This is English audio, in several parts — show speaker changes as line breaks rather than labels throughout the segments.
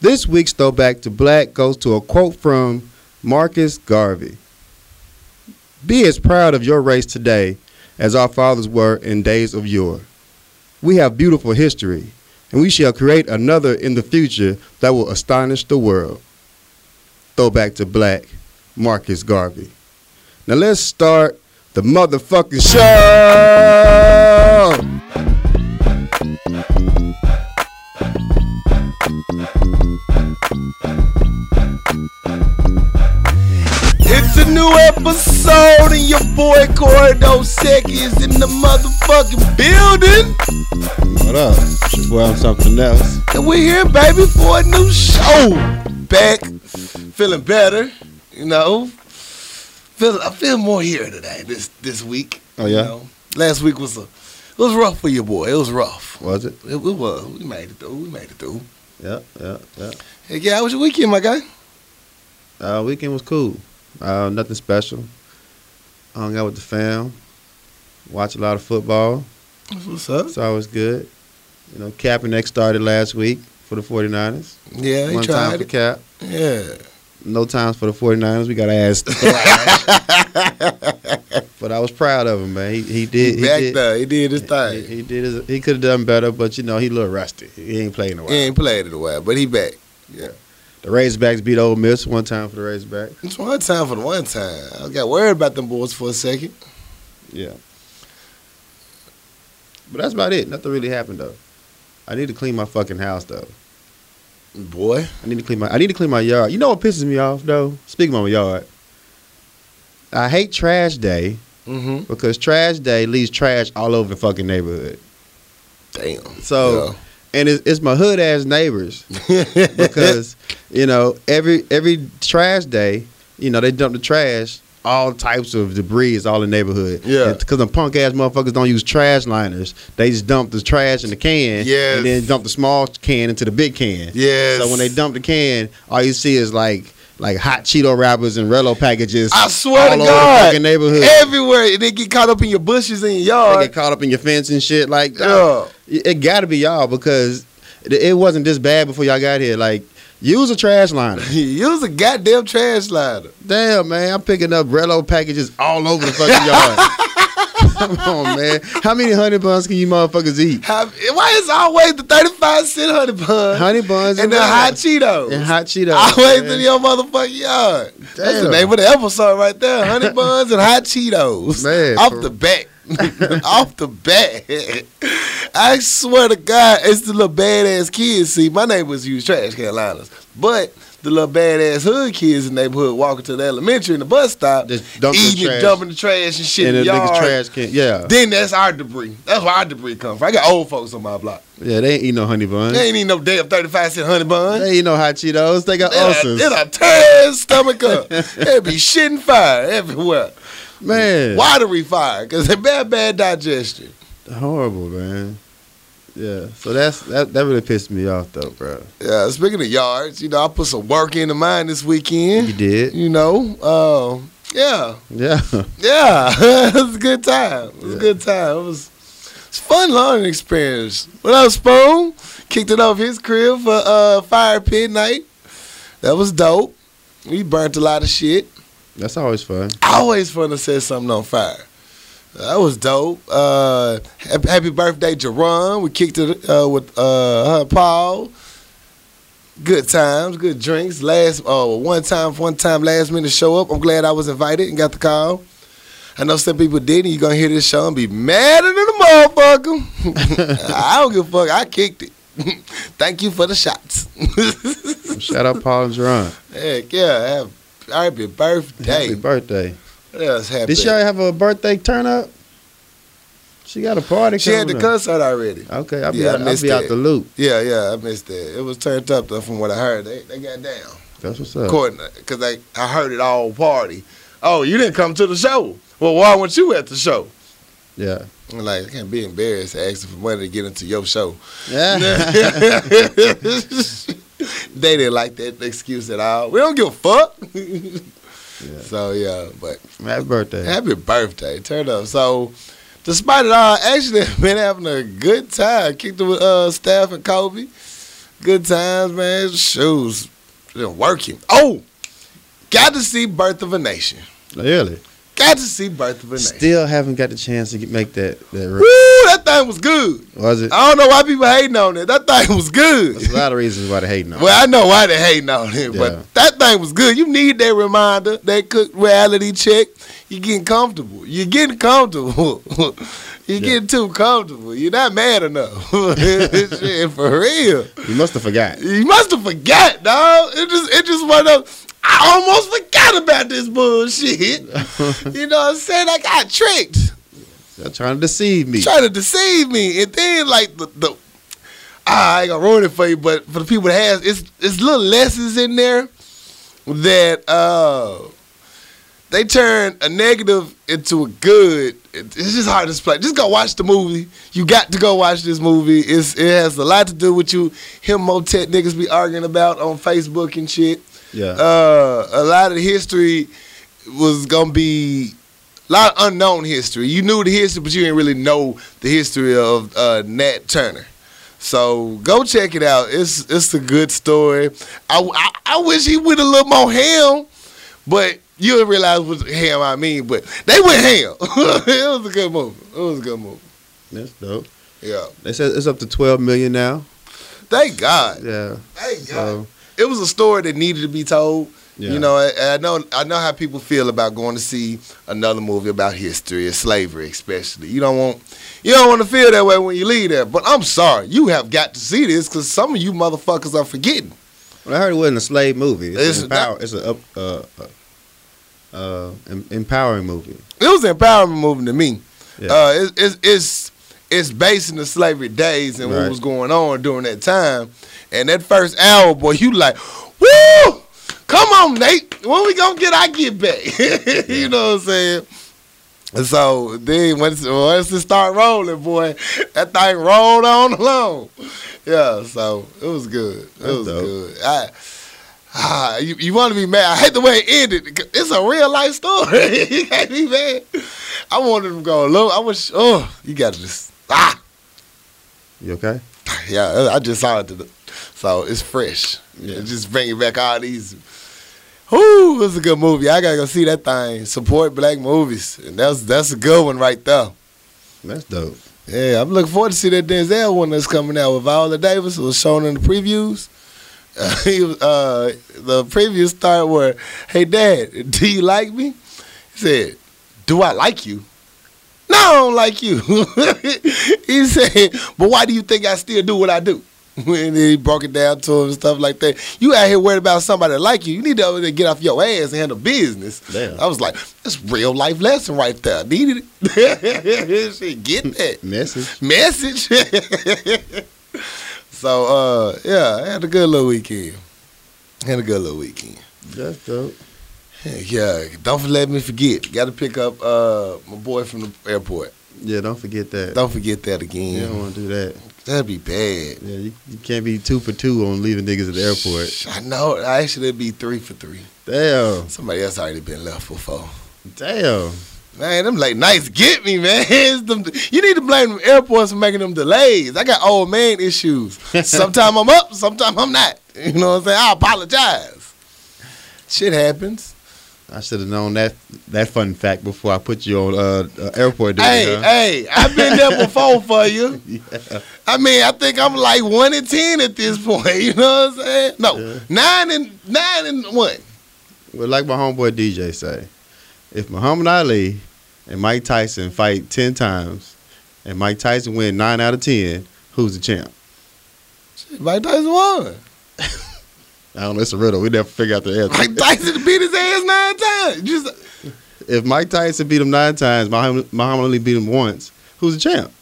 This week's Throwback to Black goes to a quote from Marcus Garvey Be as proud of your race today as our fathers were in days of yore. We have beautiful history, and we shall create another in the future that will astonish the world. Throwback to Black, Marcus Garvey. Now let's start the motherfucking show!
It's a new episode, and your boy Corey Dosecki is in the motherfucking building.
What up? It's your boy, I'm something else.
And we're here, baby, for a new show. Back, feeling better, you know. Feel, I feel more here today, this this week.
Oh,
you
yeah?
know. Last week was a, it was rough for your boy. It was rough.
Was it?
It, it was. We made it through. We made it through.
Yeah, yeah, yeah.
Hey, yeah, how was your weekend, my guy?
Uh, weekend was cool. Uh, nothing special. Hung out with the fam. Watched a lot of football.
What's up?
It's always good. You know, Kaepernick started last week for the 49ers.
Yeah, he
One time
tried
for
it.
Cap.
Yeah.
No times for the 49ers. We got our ass. but I was proud of him, man. He, he did. He
Back
did.
there. He did his thing.
He, he did. His, he could have done better, but you know he looked rusty. He ain't playing a while.
He ain't played it a while, but he back. Yeah.
The Razorbacks beat Ole Miss one time for the Razorbacks.
It's one time for the one time. I got worried about them boys for a second.
Yeah. But that's about it. Nothing really happened though. I need to clean my fucking house though.
Boy.
I need to clean my I need to clean my yard. You know what pisses me off though? Speaking of my yard. I hate trash day
Mm-hmm.
because trash day leaves trash all over the fucking neighborhood.
Damn.
So and it's, it's my hood ass neighbors because you know every every trash day, you know they dump the trash. All types of debris is all in the neighborhood.
Yeah.
because the punk ass motherfuckers don't use trash liners. They just dump the trash in the can,
Yes.
and then dump the small can into the big can.
Yes.
So when they dump the can, all you see is like like hot Cheeto wrappers and Rello packages.
I swear
all
to
over the
God,
fucking neighborhood.
everywhere and they get caught up in your bushes in your
they
yard.
get caught up in your fence and shit. Like,
Yeah.
it it gotta be y'all because it- it wasn't this bad before y'all got here. Like, use a trash liner.
Use a goddamn trash slider.
Damn, man, I'm picking up Rello packages all over the fucking yard. Come on, man. How many honey buns can you motherfuckers eat?
Have, why is always the thirty-five cent honey bun
Honey buns
and the
Rello.
hot Cheetos?
and hot Cheetos.
always
man.
in your motherfucking yard. That's the
Damn.
name of the episode right there. Honey buns and hot Cheetos.
Man,
off
for-
the bat. off the bat. I swear to God, it's the little badass kids. See, my neighbors use trash can liners, but the little badass hood kids in the neighborhood walking to the elementary and the bus stop,
Just dumping the
eating, and
trash.
dumping the trash and shit
and
in
the
the yard.
niggas trash can. Yeah,
Then that's our debris. That's where our debris comes from. I got old folks on my block.
yeah, they ain't eat no honey buns.
They
They
ain't eating no damn thirty-five cent honey buns.
ain't eat no hot Cheetos. They got
It'll,
ulcers.
it'll tear his stomach up. It'll be shitting fire everywhere.
Man,
Watery fire, because they bad, bad digestion.
horrible, man. Yeah, so that's that. That really pissed me off though, bro.
Yeah, speaking of yards, you know, I put some work into mine this
You
weekend.
did.
You know, um, yeah,
Yeah.
yeah. it was a good time. It was a good time. It was, it's a fun learning experience. What up, Spoon? Kicked it off his crib for uh, fire pit night. That was dope. We burnt a lot of shit.
That's always fun.
always fun to set something on fire. That was dope. Uh, hap- happy birthday, Jerron. We kicked it uh, with uh, her Paul. Good times, good drinks. Last oh, one time, one time, last minute show up. I'm glad I was invited and got the call. I know some people didn't. You're gonna hear this show and be madder than a motherfucker. I don't give a fuck. I kicked it. Thank you for the shots.
Shout out Paul and Jerron.
Heck yeah! Have, happy birthday.
Happy birthday.
What else happened?
Did she already have a birthday turn up? She got a party
She had the
coming up.
concert already.
Okay, I'll be,
Yeah, I
out, I'll
missed
be out
that.
the loop.
Yeah, yeah, I missed that. It was turned up though, from what I heard. They they got down.
That's what's up.
According, because I I heard it all party. Oh, you didn't come to the show. Well, why weren't you at the show?
Yeah.
I'm like I can't be embarrassed asking for money to get into your show.
Yeah.
they didn't like that excuse at all. We don't give a fuck. So yeah, but
Happy birthday.
Happy birthday, turn up. So, despite it all, I actually, been having a good time. Kicked it with uh, Steph and Kobe. Good times, man. Shoes. Been working. Oh, got to see Birth of a Nation.
Really?
Got to see Birth of a Nation.
Still haven't got the chance to get, make that that
Woo,
run.
that thing was good.
Was it?
I don't know why people hating on it. That thing was good.
There's a lot of reasons why they hating on. it.
Well, I know why they hating on him,
Yeah.
but that thing was good. You need that reminder, that cook reality check. You're getting comfortable. You're getting comfortable. You're getting too comfortable. You're not mad enough. Shit, for real.
you must have forgot.
You must have forgot, dog. It just it just went up. I almost forgot about this bullshit. you know what I'm saying? I got tricked.
They're trying to deceive me.
Trying to deceive me. And then like the, the ah, I ain't gonna ruin it for you, but for the people that has it's it's little lessons in there that uh they turn a negative into a good. It- It's just hard to explain. Just go watch the movie. You got to go watch this movie. It's it has a lot to do with you. Him motet niggas be arguing about on Facebook and shit.
Yeah.
Uh, a lot of the history was gonna be a lot of unknown history. You knew the history, but you didn't really know the history of uh, Nat Turner. So go check it out. It's it's a good story. I, I, I wish he went a little more ham, but you will realize what ham I mean. But they went ham. it was a good movie. It was a good movie.
That's dope.
Yeah.
They said it's up to 12 million now.
Thank God.
Yeah.
Thank
So
God. it was a story that needed to be told.
Yeah.
You know, and I know I know how people feel about going to see another movie about history and slavery, especially. You don't want you don't want to feel that way when you leave there. But I'm sorry, you have got to see this because some of you motherfuckers are forgetting.
well, I heard it wasn't a slave movie. It's,
It's
an empower, it's a up, uh, uh, uh, em- empowering movie.
It was an empowerment movement to me.
Yeah.
Uh, it's, it's it's it's based in the slavery days and
Right.
what was going on during that time. And that first hour, boy, you like, woo! Come on, Nate. When we gonna get our get back? you know what I'm saying? And So then once once it start rolling, boy, that thing rolled on along. Yeah, so it was good. It
That's
was
dope.
good. I, ah, you, you want to be mad? I hate the way it ended. 'cause It's a real life story. you can't be mad. I wanted him to go low. I wish. Oh, you got to just ah.
You okay?
Yeah, I just saw it. Today. So it's fresh.
Yeah.
It's just bringing back all these. Ooh, it's a good movie. I gotta go see that thing. Support black movies, and that's that's a good one right there.
That's dope.
Yeah, I'm looking forward to see that Denzel one that's coming out with Viola Davis. It was shown in the previews. Uh, he was, uh, the previews start where, "Hey Dad, do you like me?" He said, "Do I like you?" No, I don't like you. he said, "But why do you think I still do what I do?" and then he broke it down to him and stuff like that. You out here worried about somebody that like you. You need to get off your ass and handle business.
Damn.
I was like, that's real life lesson right there. Needed it. Shit, get that
Message.
message. so uh yeah, I had a good little weekend. Had a good little weekend.
That's dope.
Yeah, don't let me forget. Got to pick up uh my boy from the airport.
Yeah, don't forget that.
Don't forget that
You don't
again.
want to do that.
That'd be bad.
Yeah, you, you can't be two for two on leaving niggas at the airport.
I know. Actually, it'd be three for three.
Damn.
Somebody else already been left for four.
Damn.
Man, them late nights get me, man. It's them- you need to blame them airports for making them delays. I got old man issues. Sometimes I'm up, sometimes I'm not. You know what I'm saying? I apologize. Shit happens.
I should have known that that fun fact before I put you on uh, uh airport duty.
Hey,
huh?
hey, I've been there before for you. I mean, I think I'm like one in ten at this point. You know what I'm saying? No,
Yeah.
nine and nine and one.
Well, like my homeboy DJ say, if Muhammad Ali and Mike Tyson fight ten times, and Mike Tyson win nine out of ten, who's the champ?
Shit, Mike Tyson won.
I don't know. It's a riddle. We never figure out the answer.
Mike Tyson beat his ass nine times. Just
if Mike Tyson beat him nine times, Muhammad Muhammad Ali beat him once. Who's the champ?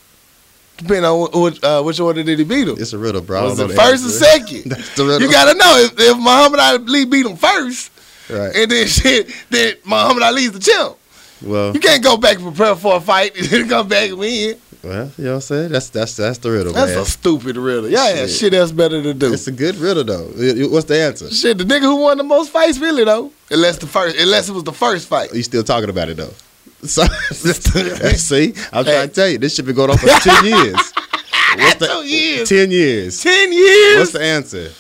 depending on which, uh, which order did he beat him.
It's a riddle, bro. I
Was
don't
it
know
first and
answer.
second?
That's the riddle.
You gotta know if, if Muhammad Ali beat him first,
right.
and then shit, then Muhammad Ali's the champ.
well,
You can't go back and prepare for a fight and then come back and win.
well, you know what I'm saying? That's that's that's the riddle,
That's
man.
a stupid riddle. Yeah, yeah,
Shit.
shit that's better to do.
it's a good riddle though. It- it- What's the answer?
Shit, the nigga who won the most fights, really though, unless the first, unless it was the first fight.
You still talking about it though. So see, I'm trying to tell you, this shit been going on for ten years.
Not
the-
two years.
Ten years.
Ten years.
What's the answer?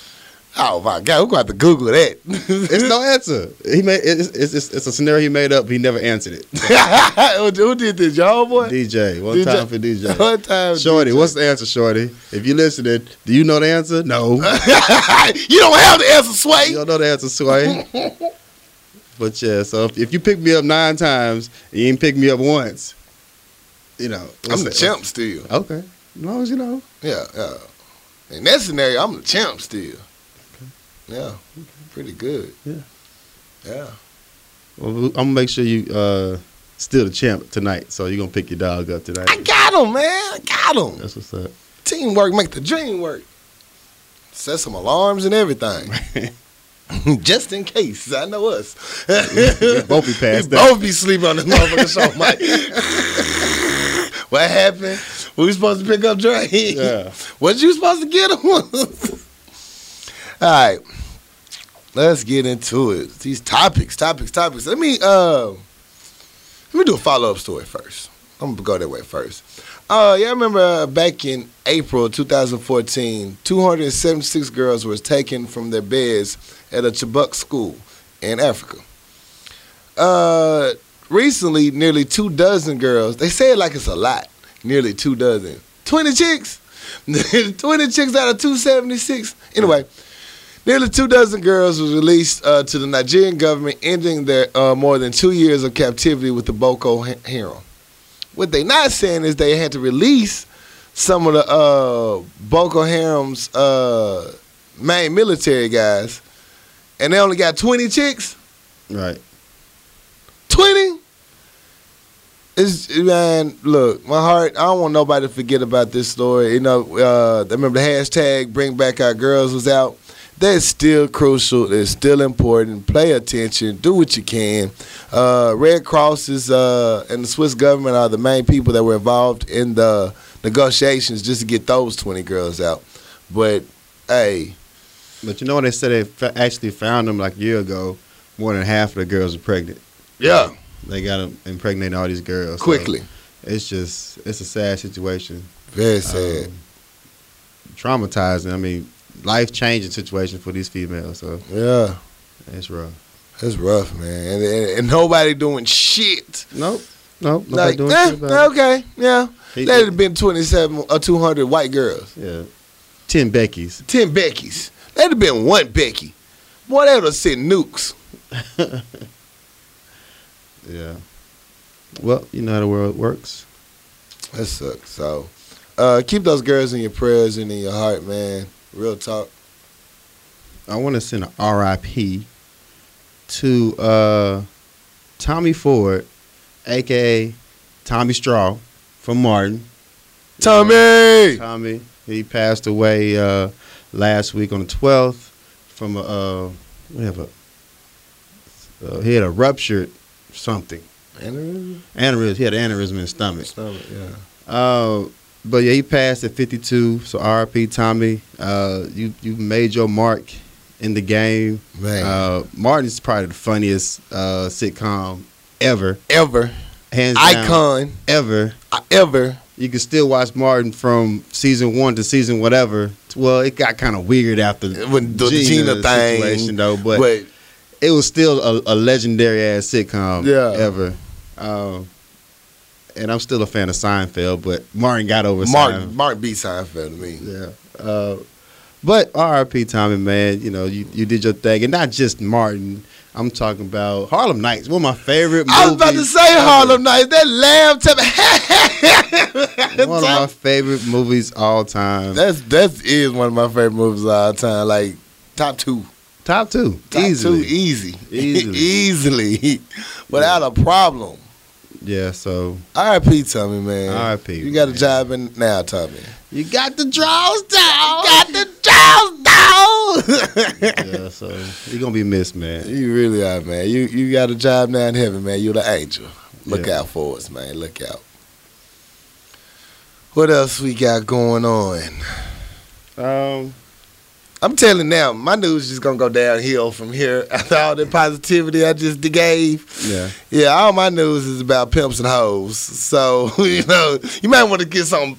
oh my God, we're gonna have to Google that.
It's no answer. He made it's, it's, it's, it's a scenario he made up. He never answered it.
who, who did this, y'all boy?
DJ, one
DJ.
time for DJ.
One time,
Shorty, what's the answer, Shorty? If you listening, do you know the answer? No.
you don't have the answer, Sway.
You don't know the answer, Sway. but yeah, so if, if you pick me up nine times and you ain't pick me up once, you know.
I'm
what's
the
that?
champ still.
Okay. As long as you know.
Yeah, yeah. In that scenario, I'm the champ still. Yeah, pretty good.
Yeah.
yeah.
Well, I'm gonna make sure you uh still the champ tonight. So you're gonna pick your dog up tonight.
I got him, man. I got him.
That's what's up.
Teamwork make the dream work. Set some alarms and everything, just in case. I know us.
We both be
We
passed out.
both be sleeping on this motherfucking show, Mike. what happened? We were supposed to pick up Dre.
Yeah.
What you supposed to get him? All right. Let's get into it. These topics, topics, topics. Let me uh let me do a follow-up story first. I'm gonna go that way first. Uh yeah, I remember uh, back in April 2014, 276 girls were taken from their beds at a Chibok school in Africa. Uh, recently, nearly two dozen girls. They say it like it's a lot. Nearly two dozen. Twenty chicks. Twenty chicks out of two seventy six. Anyway, nearly two dozen girls was released uh, to the Nigerian government, ending their uh, more than two years of captivity with the Boko Ha- Haram. What they not saying is they had to release some of the uh, Boko Haram's uh, main military guys, and they only got twenty chicks.
Right.
20 it's man look my heart i don't want nobody to forget about this story you know uh, i remember the hashtag bring back our girls was out that's still crucial it's still important play attention do what you can uh, red cross is uh, and the swiss government are the main people that were involved in the negotiations just to get those 20 girls out but hey
But you know what they said they fa- actually found them like a year ago. More than half of the girls are pregnant.
yeah
They got them impregnating all these girls so
quickly
it's just it's a sad situation.
very sad
Um, traumatizing. I mean, life changing situation for these females. So
yeah
it's rough.
That's rough, man. And, and, and nobody doing shit.
Nope. Nope. Nobody
Like,
doing
eh,
shit about it.
okay, yeah.
He-
That'd have been 27 or 200 white girls.
Yeah. Ten Beckys.
10 Beckys. That'd have been one Becky. Boy, that would have sent nukes.
Yeah. Well, you know how the world works.
That sucks. So, uh, keep those girls in your prayers and in your heart, man. Real talk.
I want to send a RIP to uh, Tommy Ford, aka Tommy Straw from Martin.
Tommy!
Tommy, he passed away uh, last week on the 12th from a, uh, whatever. Uh, he had a ruptured something.
Aneurysm?
Aneurysm. He had an aneurysm in his stomach.
Stomach, yeah.
Uh, but yeah, he passed at 52. So R.I.P. Tommy. Uh, you you made your mark in the game.
Man.
Uh, Martin's probably the funniest uh, sitcom ever,
ever.
hands down.
Icon.
ever.
I- Ever.
You can still watch Martin from season one to season whatever. Well, it got kind of weird after
When the Gina, thing.
situation, though. But,
but
it was still a, a legendary ass sitcom
Yeah.
ever. Um, and I'm still a fan of Seinfeld, but Martin got over
Mark,
Seinfeld.
Mark B. Seinfeld to me.
Yeah. Uh, but R.I.P. Tommy, man, you know, you, you did your thing. And not just Martin. I'm talking about Harlem Nights, one of my favorite movies.
I was about to say
ever.
Harlem Nights. That lamb tap.
One of my favorite movies all time.
That's that is one of my favorite movies of all time. Like top two,
Top two.
top
easily.
two, easy,
Easily.
easily, without a problem.
Yeah, so
R.I.P. Tommy, man.
R.I.P.,
You got a
man.
job in now, Tommy.
you got the draws down.
Got the job down.
yeah, so you're going to be missed, man.
you really are, man. You you got a job now in heaven, man. You're the angel. Look
Yeah.
out for us, man. Look out. What else we got going on?
Um,
I'm telling now, my news just gonna go downhill from here after all the positivity I just gave.
yeah.
Yeah, all my news is about pimps and hoes. So you know, you might want to get some,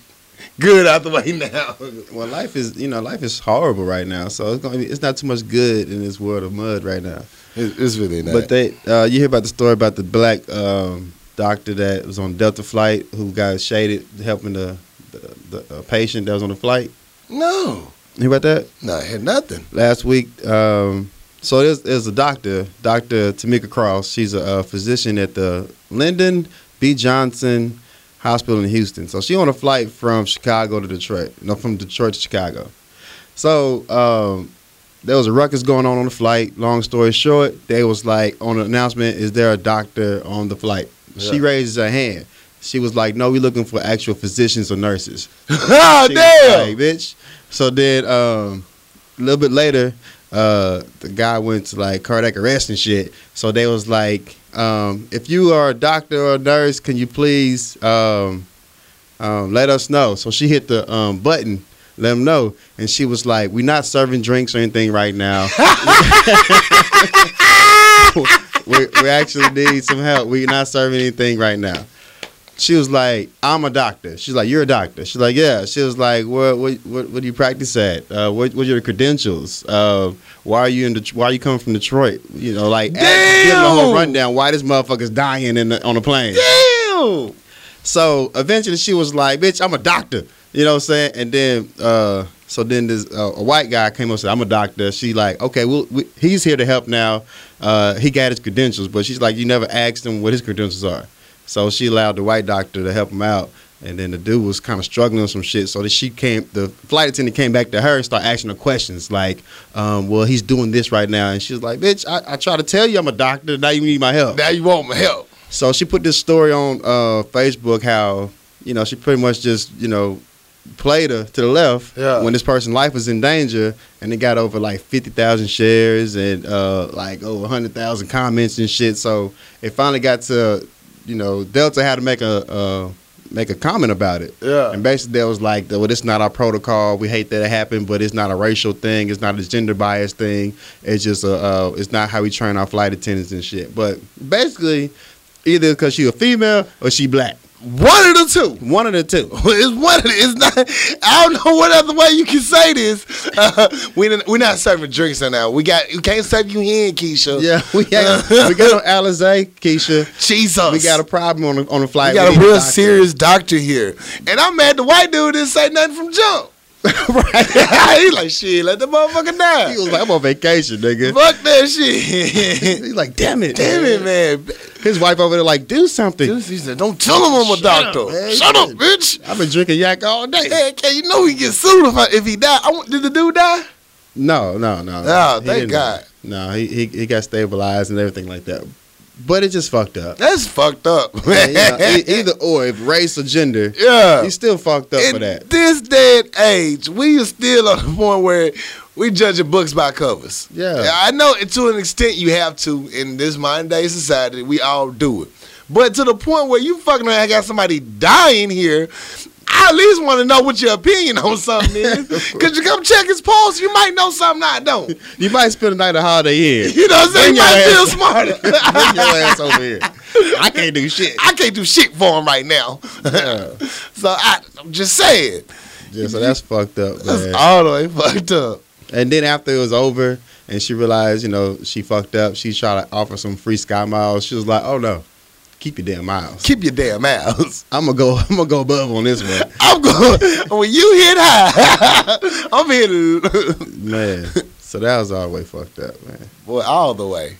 good out the way now.
Well, life is you know life is horrible right now, so it's gonna be, it's not too much good in this world of mud right now.
It's, it's really not.
But they uh, you hear about the story about the black um, doctor that was on Delta flight who got shaded helping the the, the uh, patient that was on the flight.
no,
You hear about that?
no, I had nothing.
last week. Um, so there's, there's a doctor, Dr. Tamika Cross. She's a, uh physician at the Lyndon B. Johnson Hospital in Houston. So she on a flight from Chicago to Detroit, no, from Detroit to Chicago. So um, there was a ruckus going on on the flight. Long story short, they was like on an announcement, is there a doctor on the flight? She
Yeah.
raises her hand. She was like, no, we looking for actual physicians or nurses.
oh
She was
damn!
like, bitch. So then, um, a little bit later, uh, the guy went to like cardiac arrest and shit. So they was like, um, if you are a doctor or a nurse, can you please um, um, let us know? So she hit the um, button. Let them know, and she was like, "We're not serving drinks or anything right now. we, we actually need some help. We're not serving anything right now." she was like, "I'm a doctor." She's like, "You're a doctor." She's like, "Yeah." She was like, "What? What? What, what do you practice at? Uh, what? What are your credentials? Uh, why are you in? Det- why are you coming from Detroit? You know, like ask- give them a whole
Damn!
rundown. Why this motherfucker's dying in the, on the plane?"
Damn!
So eventually she was like, bitch, I'm a doctor. You know what I'm saying? And then uh so then this uh, a white guy came up and said, I'm a doctor. She like, okay, well we, he's here to help now. Uh he got his credentials, but she's like, you never asked him what his credentials are. So she allowed the white doctor to help him out. And then the dude was kind of struggling with some shit. So that she came, the flight attendant came back to her and started asking her questions like, um, well, he's doing this right now. And she was like, bitch, I, I try to tell you I'm a doctor. Now you need my help.
Now you want my help?
So she put this story on uh, Facebook how, you know, she pretty much just, you know, played her to the left
Yeah.
when this person's life was in danger and it got over like 50,000 shares and uh, like over 100,000 comments and shit. So it finally got to, you know, Delta had to make a, uh, make a comment about it.
Yeah.
And basically, they was like, well, this is not our protocol. We hate that it happened, but it's not a racial thing. It's not a gender bias thing. It's just a, uh, it's not how we train our flight attendants and shit. But basically, either because she a female or she black.
One of the two.
One of the two.
It's one. Of the, it's not. I don't know what other way you can say this. Uh, we didn't, we're not serving drinks right now. We got. We can't serve you in, Keisha.
Yeah, we got, we got on Alizé, Keisha.
Jesus.
We got a problem on the, on the
We
flight.
got a
need
real
doctor.
serious doctor here, and I'm mad the white dude didn't say nothing from jump. right? he like shit. Let the motherfucker
He
die.
was like, I'm on vacation, nigga.
Fuck that shit.
He's like, damn it.
Damn it, man.
His wife over there like, do something.
He said, "Don't tell him I'm a doctor.
man.
Shut up, bitch."
I've been drinking yak all day.
Hey, can you know he gets sued if, I, if he die? I want, did the dude die?
No, no, no.
Oh,
He
thank
didn't-
God.
No, he, he he got stabilized and everything like that. But it just fucked up.
That's fucked up.
And, you know, e- either or, if race or gender,
yeah.
he's still fucked up
In
for that.
this day and age, we are still on the point where we judging books by covers.
Yeah.
I know it- to an extent you have to in this modern day society. We all do it, but to the point where you fucking around got somebody dying here. I at least want to know what your opinion on something is. Could you come check his pulse? You might know something I don't.
You might spend a night at Holiday Inn.
You know what I'm
Bring
saying? You
your
might
ass.
feel smarter.
Bring your ass over here. I can't do shit.
I can't do shit for him right now. so I, I'm just saying.
Yeah, so that's fucked up,
That's
man.
all the way fucked up.
And then after it was over, and she realized, you know, she fucked up. She tried to offer some free sky miles. She was like, "Oh no, keep your damn miles.
Keep your damn mouths.
I'm gonna go. I'm gonna go above on this one,
I'm going when you hit high. I'm hitting
man." So that was all the way fucked up, man.
boy all the way.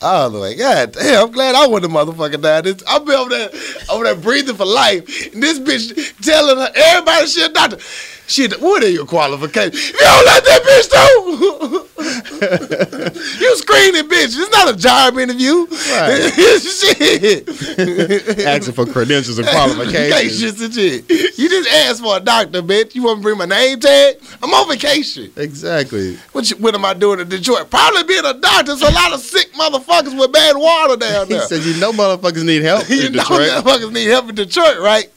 All the way. God damn, I'm glad I wasn't a motherfucker down this. I've been over there over there breathing for life. And this bitch telling her everybody shit doctor. Shit, what are your qualifications? You don't let that bitch do You screening bitch. It's not a job interview.
Right.
shit.
Asking for credentials and qualifications.
Vacations and shit. You just asked for a doctor, bitch. You want to bring my name tag? I'm on vacation.
exactly.
What, you, what am I doing in Detroit? Probably being a doctor. There's a lot of sick motherfuckers with bad water down
He
there.
said, "You know, motherfuckers need help
you
in
know
Detroit."
motherfuckers need help in Detroit, right?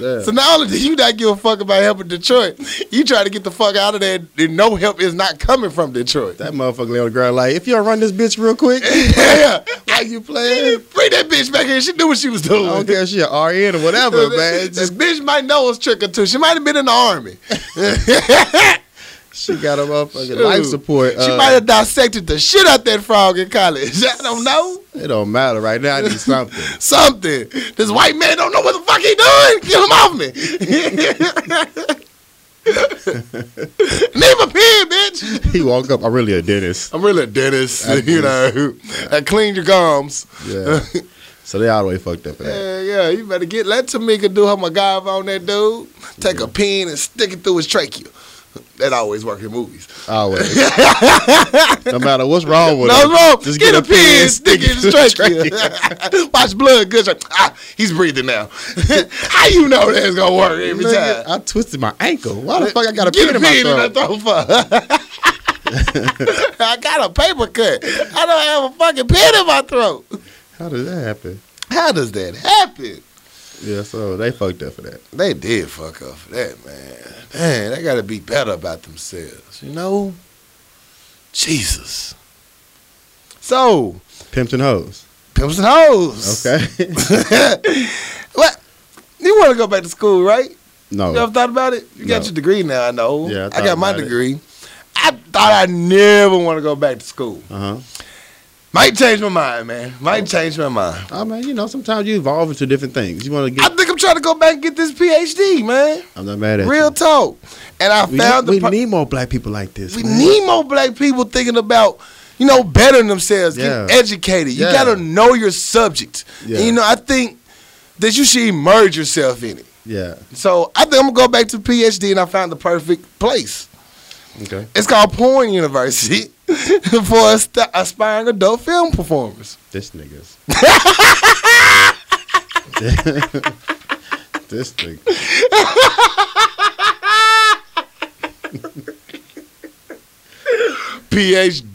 Yeah.
So not only do you not give a fuck about helping Detroit, you try to get the fuck out of there and no help is not coming from Detroit.
That motherfucker lay on the ground like, if you don't run this bitch real quick,
yeah.
Why you playing?
Bring that bitch back here. She knew what she was
I
doing.
don't care if she an RN or whatever, man.
This
Just
bitch might know it's trick or two. She might have been in the army.
she got a motherfucking
Shoot.
life support.
She
uh,
might have dissected the shit out that frog in college. I don't know.
It don't matter right now. I need something.
Something. This white man don't know what the fuck he doing. Get him off me. Name a pen, bitch.
he woke up. I'm really a dentist.
I'm really a dentist,
I-
you know. I cleaned your gums.
Yeah. so they all the way fucked up for that.
Yeah, yeah, you better get let Tamika do her MacGyver on that dude. Take a pin and stick it through his trachea. That always works in movies.
Always. no matter what's wrong with
No,
him.
no,
just
get,
get
a
a pin,
pin, stick it in his trachea. Watch blood, good. shot. Ah, he's breathing now. How you know that's gonna work every
Nigga,
time?
I twisted my ankle. Why the fuck I got a
Get
pin in my
a
throat?
pin in my throat for. I got a paper cut. I don't have a fucking pin in my throat.
How did that happen?
How does that happen?
Yeah, so they fucked up for that.
They did fuck up for that, man. Man, they gotta be better about themselves, you know? Jesus. So,
Pimps and hoes.
pimps and hoes.
Okay.
what? You want to go back to school, right? You ever
no.
thought about it? You got
Oh. No.
your degree now, I know.
Yeah, I
I,
thought
got my
about it.
degree. I thought I never want to go back to school.
Uh huh.
Might change my mind, man.
Oh.
Might change my mind.
I mean, you know, sometimes you evolve into different things. You want to
I
get.
think I'm trying to go back and get this PhD, man.
I'm not mad at
Real
you.
talk. And I
We,
found
we
the. pro-
need more black people like this.
We
man.
need more black people thinking about, you know, bettering themselves,
Yeah.
getting educated. You
Yeah.
gotta know your subject.
Yeah.
And, you know, I think that you should immerse yourself in it.
Yeah.
So I think I'm gonna go back to PhD, and I found the perfect place.
Okay.
It's called Porn University for us to aspiring adult film performers.
This niggas. this nigga.
PhD.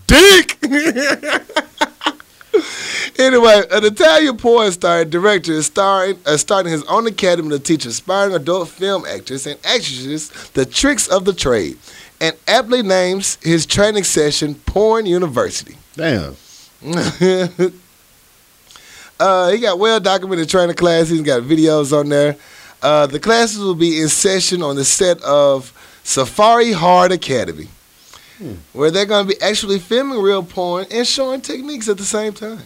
anyway, an Italian porn star and director is starring, uh, starting his own academy to teach aspiring adult film actors and actresses the tricks of the trade, and aptly names his training session Porn University.
Damn.
Uh, he got well documented training classes. He's got videos on there. Uh, the classes will be in session on the set of Safari Hard Academy, where they're going to be actually filming real porn and showing techniques at the same time.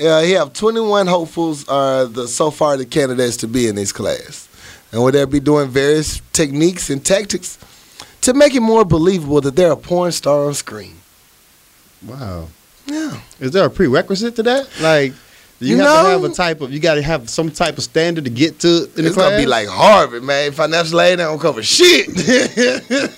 Uh, he have 21 hopefuls are the so far the candidates to be in this class, and where they'll be doing various techniques and tactics to make it more believable that they're a porn star on screen.
Wow.
Yeah.
Is there a prerequisite to that? Like, do you,
You
have
know-
to have a type of, you got to have some type of standard to get to in the
It's
class?
gonna be like Harvard, man. Financial aid don't cover shit.
Is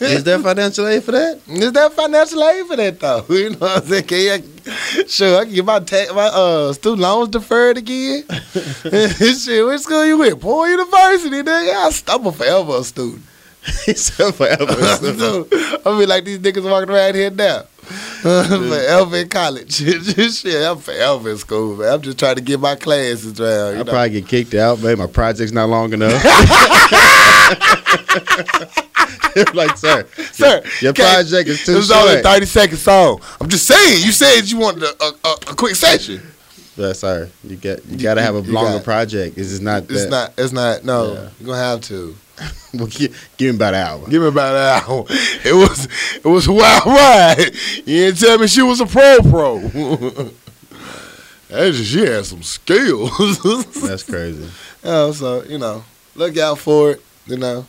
Is
there financial aid for that?
that financial aid for that though? You know what I'm saying? Can you, sure, I can get my ta- my uh, student loans deferred again. shit, which school you with? Poor university, nigga. I stumble forever a student.
Except for Elvis.
so, I'll be like these niggas walking around here now. forever in college. shit, I'm forever in school, man. I'm just trying to get my classes down.
I
You know?
probably get kicked out, man. My project's not long enough. like, sir,
Sir,
your
can't-
project is too
It was only
short.
thirty seconds song. I'm just saying. You said you wanted a, a, a, a quick session.
Yeah, sir, you got you got to have a
you
longer
got-
project. It's just not.
It's
that.
not. It's not. No,
Yeah.
you're gonna have to.
Well, gi- give him about an hour.
Give me about an hour. It was. It was a wild ride. You didn't tell me she was a pro pro. That's just, she had some skills.
That's crazy.
Yeah, so you know, look out for it. You know,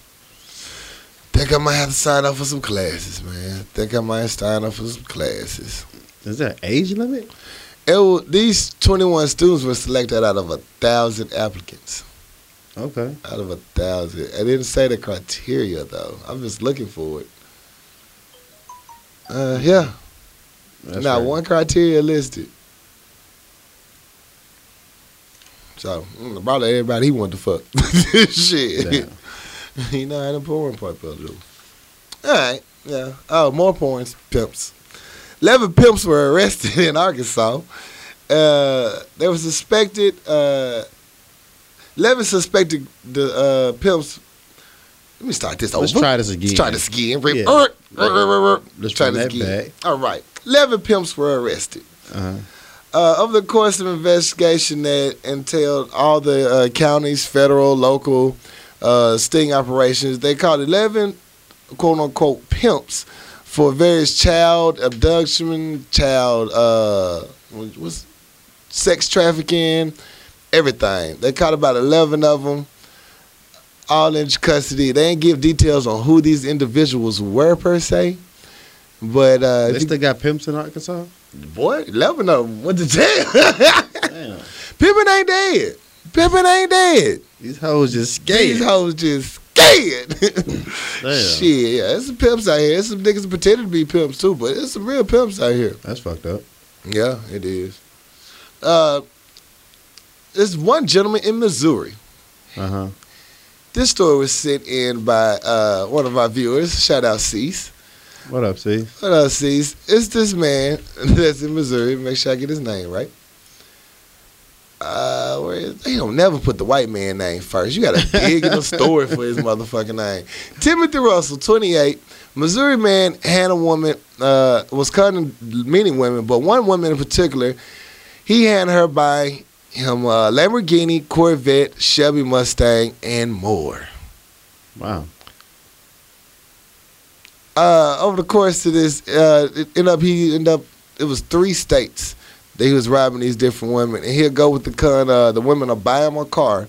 think I might have to sign up for some classes, man. Think I might sign up for some classes.
Is there an age limit?
It wa- these 21 students were selected out of a thousand applicants.
Okay.
Out of a thousand. I didn't say the criteria though. I'm just looking for it. Uh, yeah.
That's
not
crazy.
one criteria listed. So mm, probably everybody he wanted to fuck. Shit.
Damn.
you know how the porn part felt though. All right. Yeah. Oh, more porn pimps. Eleven pimps were arrested in Arkansas. Uh, they were suspected. Uh, Eleven suspected the uh, pimps. Let me start this
Let's
over.
try this again.
Let's try this again. Re-
Yeah.
er, er, er, er, er.
Let's
try
run
this
that
again.
back.
All right. Eleven pimps were arrested.
Uh-huh.
Uh, of the course of investigation that entailed all the uh, counties, federal, local uh, sting operations, they caught 11 quote unquote pimps for various child abduction, child uh, what- what's sex trafficking, everything. They caught about 11 of them, all in custody. They didn't give details on who these individuals were per se, but uh,
They still got pimps in Arkansas?
boy, 11 of them went to jail.
Damn.
Pippin ain't dead. Pippin ain't dead.
These hoes just
These
scared.
hoes just scared.
Damn.
Shit, yeah, there's some pimps out here. There's some niggas pretending to be pimps too, but there's some real pimps out here.
That's fucked up.
Yeah, it is. Uh, there's one gentleman in Missouri.
Uh huh.
This story was sent in by uh, one of our viewers. Shout out Cease.
What up, C?
What up, Cease? It's this man that's in Missouri. Make sure I get his name right. Uh, where is, they don't never put the white man name first. You gotta dig in the story for his motherfucking name. Timothy Russell, 28, Missouri man had a woman, uh, was cutting many women, but one woman in particular, he had her by him a Lamborghini, Corvette, Chevy Mustang, and more.
Wow.
uh, over the course of this, uh, it end up he end up it was three states that he was robbing these different women, and he'll go with the con. Uh, the women will buy him a car,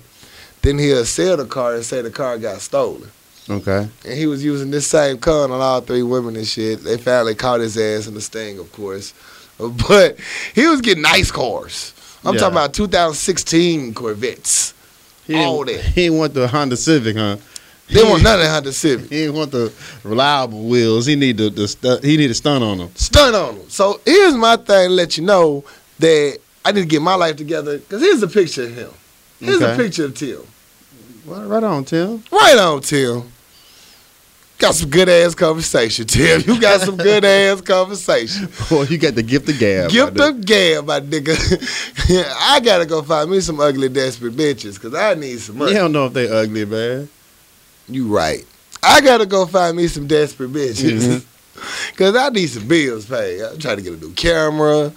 then he'll sell the car and say the car got stolen.
Okay.
And he was using this same con on all three women and shit. They finally caught his ass in the sting, of course. But he was getting nice cars. I'm
Yeah.
talking about 2016 Corvettes.
He didn't-
All that.
He didn't want the Honda Civic, huh?
They didn't want none of that Honda Civic.
He didn't want the reliable wheels. He need the, the stu- he need a stunt on them.
stunt on them. So here's my thing to let you know that I need to get my life together because here's a picture of him. Here's a
Okay.
picture of Tim.
Well, right on, Tim.
Right on, Tim. Got some good ass conversation, Tim. You got some good ass conversation.
Boy, you got the gift of gab.
Give
my dude.
them gab, my nigga. I gotta go find me some ugly, desperate bitches because I need some money.
You don't know if they ugly, man.
You right. I gotta go find me some desperate bitches.
Mhm.
Cause I need some bills paid. I'm trying to get a new camera.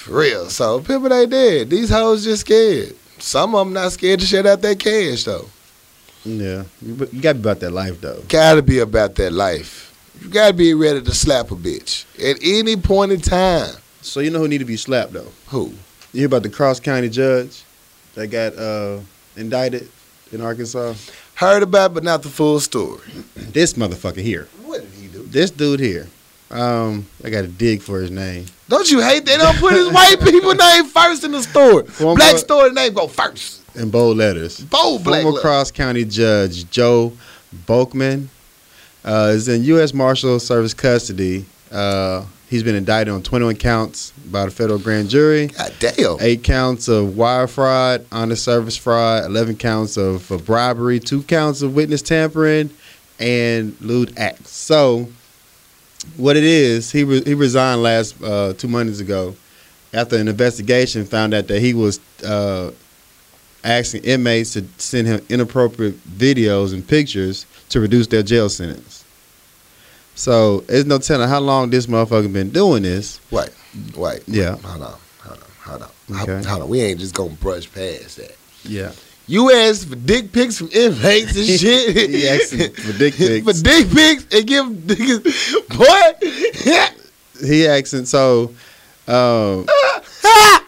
For real. So people they dead. These hoes just scared. Some of them not scared to shit out their cash though.
Yeah, you, but you got to be about that life though.
Gotta be about that life. You gotta be ready to slap a bitch at any point in time.
So you know who need to be slapped though.
Who?
You hear about the Cross County judge that got uh, indicted in Arkansas?
Heard about but not the full story.
This motherfucker here.
What did he do?
This dude here. Um, I got to dig for his name.
Don't you hate they don't put his white people name first in the store.
One
Black
more-
store name go first.
In bold letters.
Bold black.
Former
letter.
Cross County Judge Joe Bulkman uh, is in U.S. Marshal Service custody. Uh, he's been indicted on 21 counts by the federal grand jury.
God damn.
eight counts of wire fraud, honest service fraud, 11 counts of uh, bribery, two counts of witness tampering, and lewd acts. So, what it is, he, re- he resigned last uh, two Mondays ago after an investigation found out that he was uh, asking inmates to send him inappropriate videos and pictures to reduce their jail sentence. So, there's no telling how long this motherfucker been doing this.
Wait, wait.
Yeah.
Hold on, hold on, hold on.
Okay.
Hold on. We ain't just gonna brush past that.
Yeah.
You asked for dick pics from inmates and shit.
He asked for dick pics.
for dick pics and give niggas boy.
he asking so um,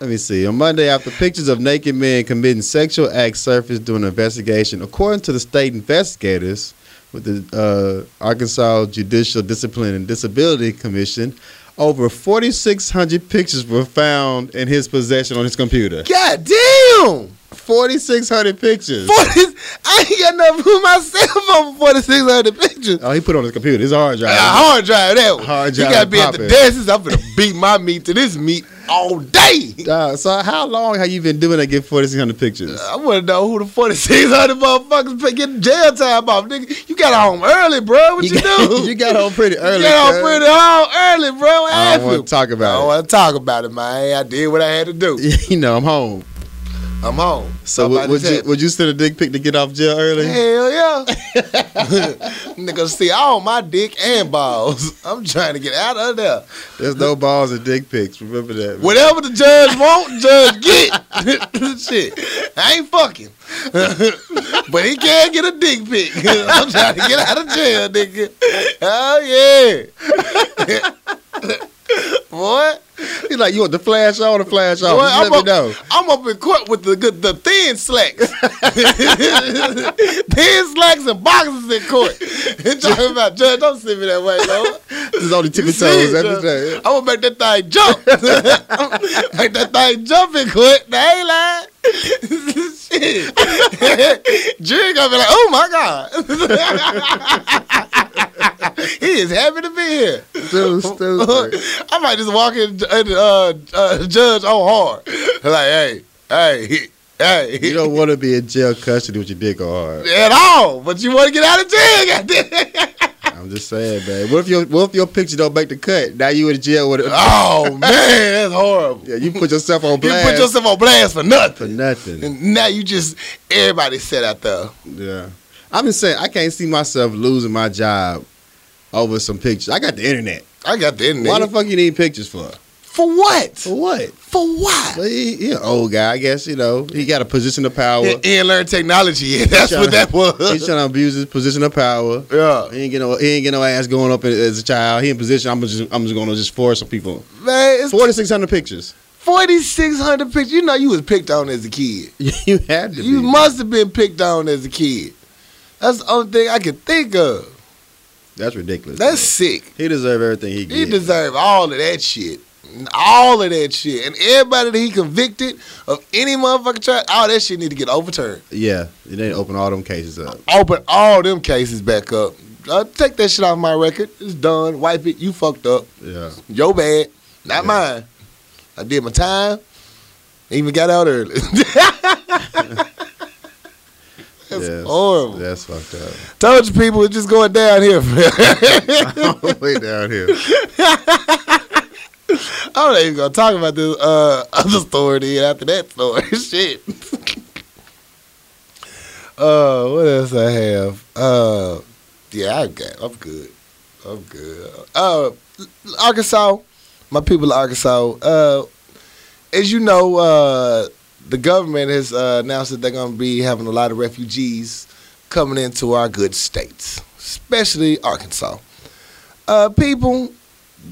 let me see on monday after pictures of naked men committing sexual acts surfaced during an investigation according to the state investigators with the uh, arkansas judicial discipline and disability commission over 4600 pictures were found in his possession on his computer
God damn.
4600 pictures
Forty. I ain't got nothing to put myself on forty six hundred pictures.
oh he put it on his computer his hard
A
drive
hard drive that one.
Hard
You
drive
gotta be at the
poppin'.
dances. I'm gonna beat my meat to this meat all day.
Uh, so how long have you been doing that get 4600 pictures
I want to know who the 4600 motherfuckers been getting jail time off, nigga. You got home early, bro. What you,
got,
do?
you got home pretty early
You got home
cuz.
pretty home early, bro.
I don't
What happened?
want to talk
I
about
don't
it.
want to talk about it, man. I did what I had to do.
you know, I'm home.
I'm home.
So
Somebody
would, would you
said,
would you send a dick pic to get off jail early?
Hell yeah. Nigga, see all my dick and balls. I'm trying to get out of there.
There's no balls and dick pics. Remember that. man.
Whatever the judge want, judge get. Shit, I ain't fucking. but he can get a dick pic. I'm trying to get out of jail, nigga. Oh yeah. Boy,
He's like, you want the flash on or flash off?
Boy,
Just let
I'm
me
up-
know.
I'm up in court with the good, the thin slacks, thin slacks and boxes in court. Talking about judge, don't send me that way, Lord.
This is only tippy
You see
toes.
it,
That's
Joe.
it.
I'm gonna make that thing jump. make that thing jump and quit. They ain't lying. Shit. Jury gonna be like, oh my God. he is happy to be here.
Dude, stupid.
I might just walk in and uh, uh, judge on hard. Like, hey, hey, hey.
You don't want to be in jail custody with your dick on hard.
at all, but you want to get out of jail, goddamn.
I'm just saying, man. What if your what if your picture don't make the cut? Now you in jail with it.
oh man, that's horrible.
Yeah, you put yourself on
You
blast
put yourself on blast for
for
nothing.
nothing.
And now you just everybody set out there.
Yeah, I've been saying I can't see myself losing my job over some pictures. I got the internet.
I got the internet.
Why the fuck you need pictures for?
for what?
For what?
For what?
Well, he, he an old guy, I guess. You know, he got a position of power.
He ain't learn technology yet. That's
tryna-
what that
He's
was.
trying to abuse his position of power.
Yeah,
He ain't get no, he ain't get no ass going up as a child. He in position. I'm just, I'm just gonna just force some people.
man, it's
Forty six hundred pictures.
forty six hundred pictures. You know, you was picked on as a kid.
you had to.
You
be.
must have been picked on as a kid. That's the only thing I could think of.
That's ridiculous.
That's sick.
man. he deserve everything he
He
gets.
deserved all of that shit. All of that shit. And everybody that he convicted of any motherfucking charge, all that shit need to get overturned.
yeah, it didn't open all them cases up.
Open all them cases back up. Uh, take that shit off my record. It's done. Wipe it. You fucked up.
Yeah,
Your bad, not
Yeah.
mine. I did my time. Even got out early. That's
Yes.
horrible.
that's fucked up.
Told you people it's just going down here.
Way down here.
I'm not even gonna talk about this uh, other story then after that story. Shit. uh, what else I have? Uh, yeah, I got. I'm good. I'm good. Uh, Arkansas, my people of Arkansas. Uh, as you know, uh, the government has uh, announced that they're gonna be having a lot of refugees coming into our good states, especially Arkansas. Uh, people,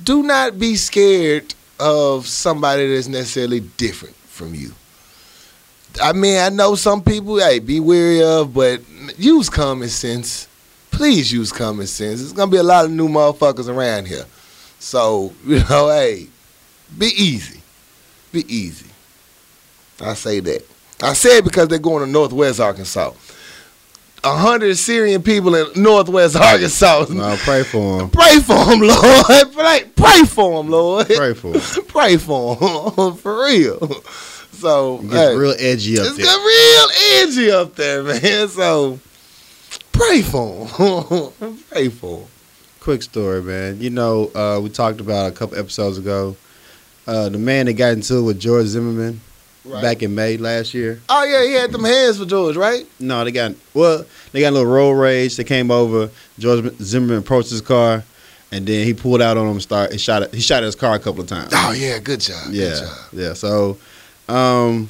do not be scared of somebody that's necessarily different from you. I mean, I know some people, hey, be wary of, but use common sense. Please use common sense. There's gonna be a lot of new motherfuckers around here. So, you know, hey, be easy. Be easy. I say that. I say it because they're going to Northwest Arkansas. A hundred Syrian people in Northwest Arkansas.
No, pray for him.
Pray for him, Lord. Pray, pray for him, Lord. Pray,
Pray for him. It
for him, for real. So
gets
hey,
real edgy up
it's
there.
got real edgy up there, man. So pray for him. pray for him.
Quick story, man. You know, uh, we talked about a couple episodes ago. Uh, the man that got into it with George Zimmerman back in May last year.
oh yeah, he had them hands for George, right?
No, they got well, they got a little road rage. They came over. George Zimmerman approached his car, and then he pulled out on him. And start and shot. At, he shot at his car a couple of times.
Oh yeah, good job. Good
yeah,
job.
yeah. So, um,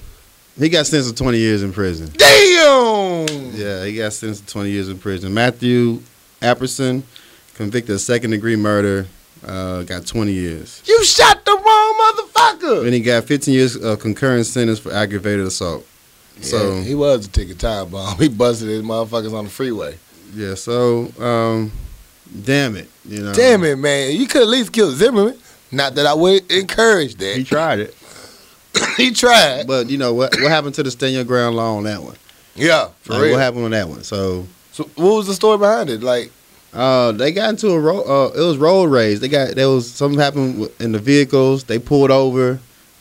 he got sentenced to twenty years in prison.
Damn.
Yeah, he got sentenced to twenty years in prison. Matthew Apperson, convicted of second degree murder, uh, got twenty years.
You shot the wrong motherfucker.
And he got fifteen years of concurrent sentence for aggravated assault. So
yeah, he was a ticking time bomb. He busted his motherfuckers on the freeway.
yeah, so um, damn it, you know.
Damn it, man. You could at least kill Zimmerman. Not that I would encourage that.
He tried it.
he tried.
But you know what? What happened to the stand your ground law on that one?
Yeah, for
Like,
real.
What happened on that one? So
So what was the story behind it? Like,
uh, they got into a road. Uh, it was road rage. They got there was something happened with- in the vehicles. They pulled over.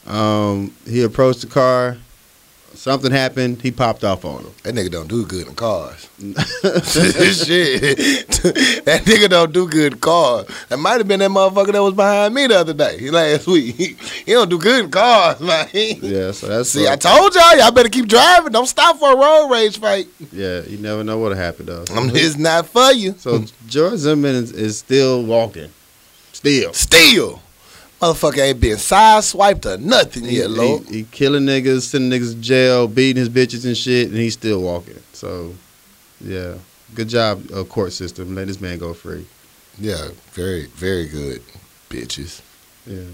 Um, he approached the car. Something happened. He popped off on him.
That nigga don't do good in cars. Shit. that nigga don't do good in cars. That might have been that motherfucker that was behind me the other day. He last week. he don't do good in cars, man.
Yeah, so that's
See,
what-
I told y'all, y'all better keep driving. Don't stop for a road rage fight.
yeah, you never know what'll happen though. So,
I'm just not for you.
so George Zimmerman is, is still walking, still.
Still, motherfucker ain't been sideswiped or nothing
He,
yet, Lord.
he, he killing niggas, sending niggas to jail, beating his bitches and shit, and he's still walking. So, yeah, good job, uh, court system, letting this man go free.
Yeah, very, very good, bitches.
Yeah.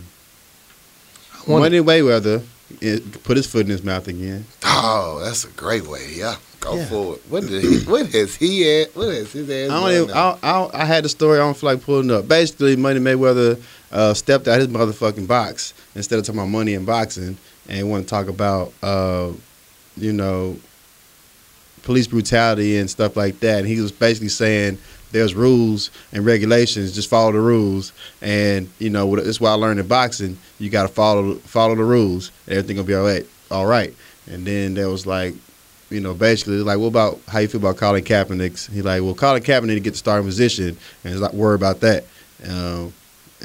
wanna-
Money Wayweather it, put his foot in his mouth again.
Oh, that's a great way. Yeah, go
Yeah.
for it. What did he, what has he at? What has his ass?
I don't
done
even,
now?
I, I, I had the story. I don't feel like pulling up. Basically, Money Mayweather uh, stepped out his motherfucking box instead of talking about money and boxing, and want to talk about uh, you know police brutality and stuff like that. And he was basically saying there's rules and regulations. Just follow the rules, and you know what- that's why I learned in boxing. You got to follow follow the rules, and everything gonna be all right. All right. And then there was like you know, basically, like, what about how you feel about Colin Kaepernick? He like, well, Colin Kaepernick get the starting position, and he's like, worry about that, um,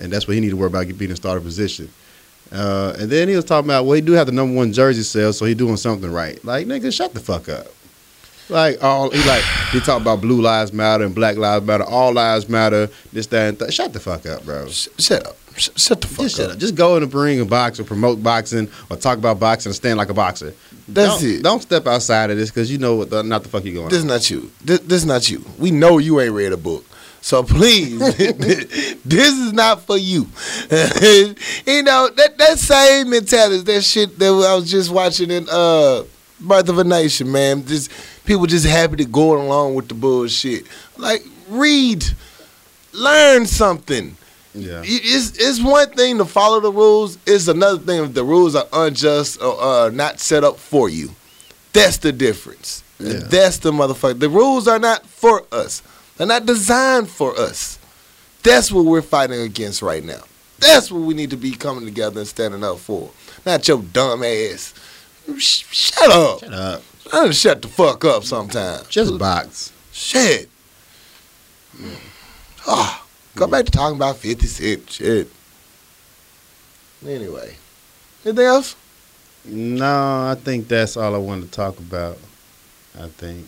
and that's what he need to worry about, get being in starting position. Uh, and then he was talking about, well, he do have the number one jersey sale, so he doing something right. Like, nigga, shut the fuck up. Like all he like he talked about blue lives matter and black lives matter, all lives matter, this that and th- shut the fuck up, bro.
Sh- shut up. Sh- shut the fuck
Just shut
up.
up. Just go in the ring and box or promote boxing or talk about boxing and stand like a boxer.
That's
don't,
it.
Don't step outside of this because you know what the, not the fuck you going.
This
on.
is not you. This, this is not you. We know you ain't read a book. So please, this is not for you. you know that that same mentality, that shit that I was just watching in uh, Birth of a Nation, man. Just people just happy to go along with the bullshit. Like read, learn something.
Yeah.
It- It's, it's one thing to follow the rules. It's another thing if the rules are unjust or uh, not set up for you. That's the difference.
Yeah.
That's the motherfucker. The rules are not for us. They're not designed for us. That's what we're fighting against right now. That's what we need to be coming together and standing up for. Not your dumb ass. Sh- shut up.
Shut up.
I done shut the fuck up sometimes.
Just box.
Shit. Oh, go back to talking about 50 Cent. Shit. Anyway. Anything else?
No, I think that's all I wanted to talk about. I think.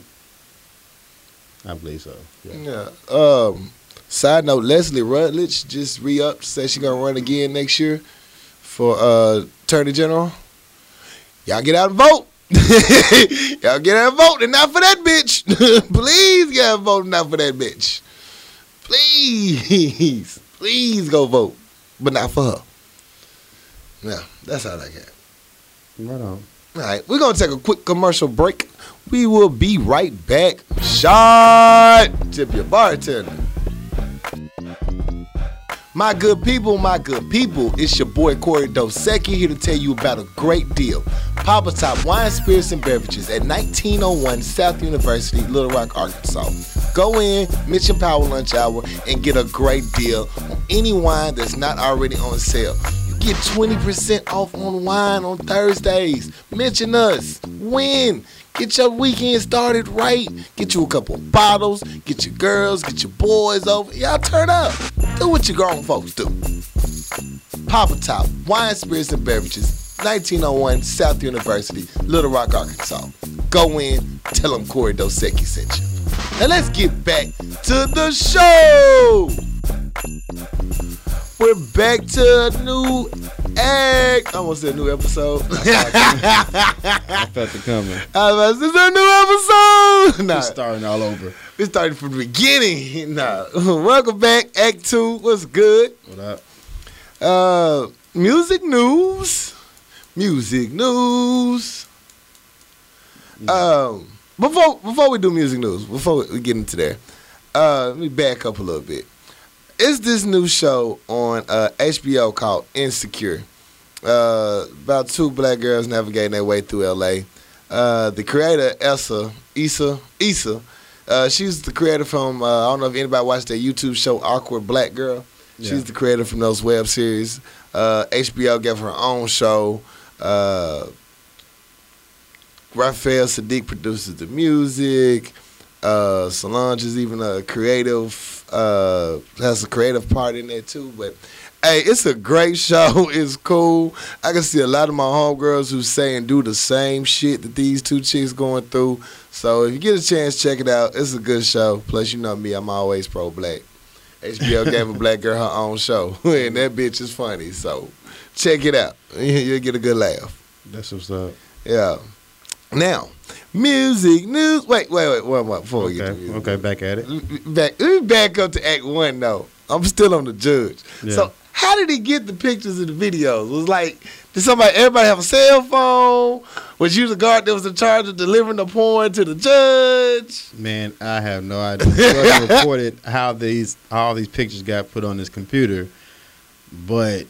I believe so. Yeah.
Yeah. Um, side note, Leslie Rutledge just re-upped, said she gonna run again next year for uh, Attorney General. Y'all get out and vote. Y'all get out and vote, and not for that bitch. Please get out and vote, not for that bitch. Please, please go vote, but not for her. Yeah, that's all I got.
Right on.
All right, we're gonna take a quick commercial break. We will be right back. Shot, tip your bartender. My good people, my good people, it's your boy Corey Dosecki here to tell you about a great deal. Papa Top Wine, Spirits, and Beverages at 1901 South University, Little Rock, Arkansas. Go in, Mission Power Lunch Hour, and get a great deal on any wine that's not already on sale. You get 20% off on wine on Thursdays. Mention us. Win. Get your weekend started right. Get you a couple bottles. Get your girls. Get your boys over. Y'all turn up. Do what your grown folks do. Papa Top Wine, Spirits, and Beverages, 1901 South University, Little Rock, Arkansas. Go in. Tell them Corey Dosecki sent you. Now let's get back to the show. We're back to a new egg. I almost said new episode.
I felt it coming.
I was like, this is a new episode.
We're
Nah,
starting all over.
we started from the beginning. Nah, welcome back, Act Two. What's good?
What up?
Uh, music news. Music news. Um, before before we do music news, before we get into there, uh, let me back up a little bit. It's this new show on uh, HBO called Insecure. Uh, about two black girls navigating their way through LA. Uh, the creator Essa Issa Issa, uh, she's the creator from uh, I don't know if anybody watched that YouTube show Awkward Black Girl.
Yeah.
She's the creator from those web series. Uh, HBO gave her own show. Uh, Raphael Sadiq produces the music. Uh, Solange is even a creative, uh, has a creative part in there too. But hey, it's a great show. It's cool. I can see a lot of my homegirls who say and do the same shit that these two chicks going through. So if you get a chance, check it out. It's a good show. Plus, you know me, I'm always pro black. HBO gave a black girl her own show, and that bitch is funny. So check it out. You'll get a good laugh.
That's what's up.
Yeah. Now, music news. Wait, wait, wait. One more before we get to
Okay,
music.
okay, back at it.
Back, let me back up to Act One though. I'm still on the judge.
Yeah.
So how did he get the pictures and the videos? Was like did somebody everybody have a cell phone? Was you the guard that was in charge of delivering the porn to the judge?
Man, I have no idea. It was reported how these all these pictures got put on his computer, but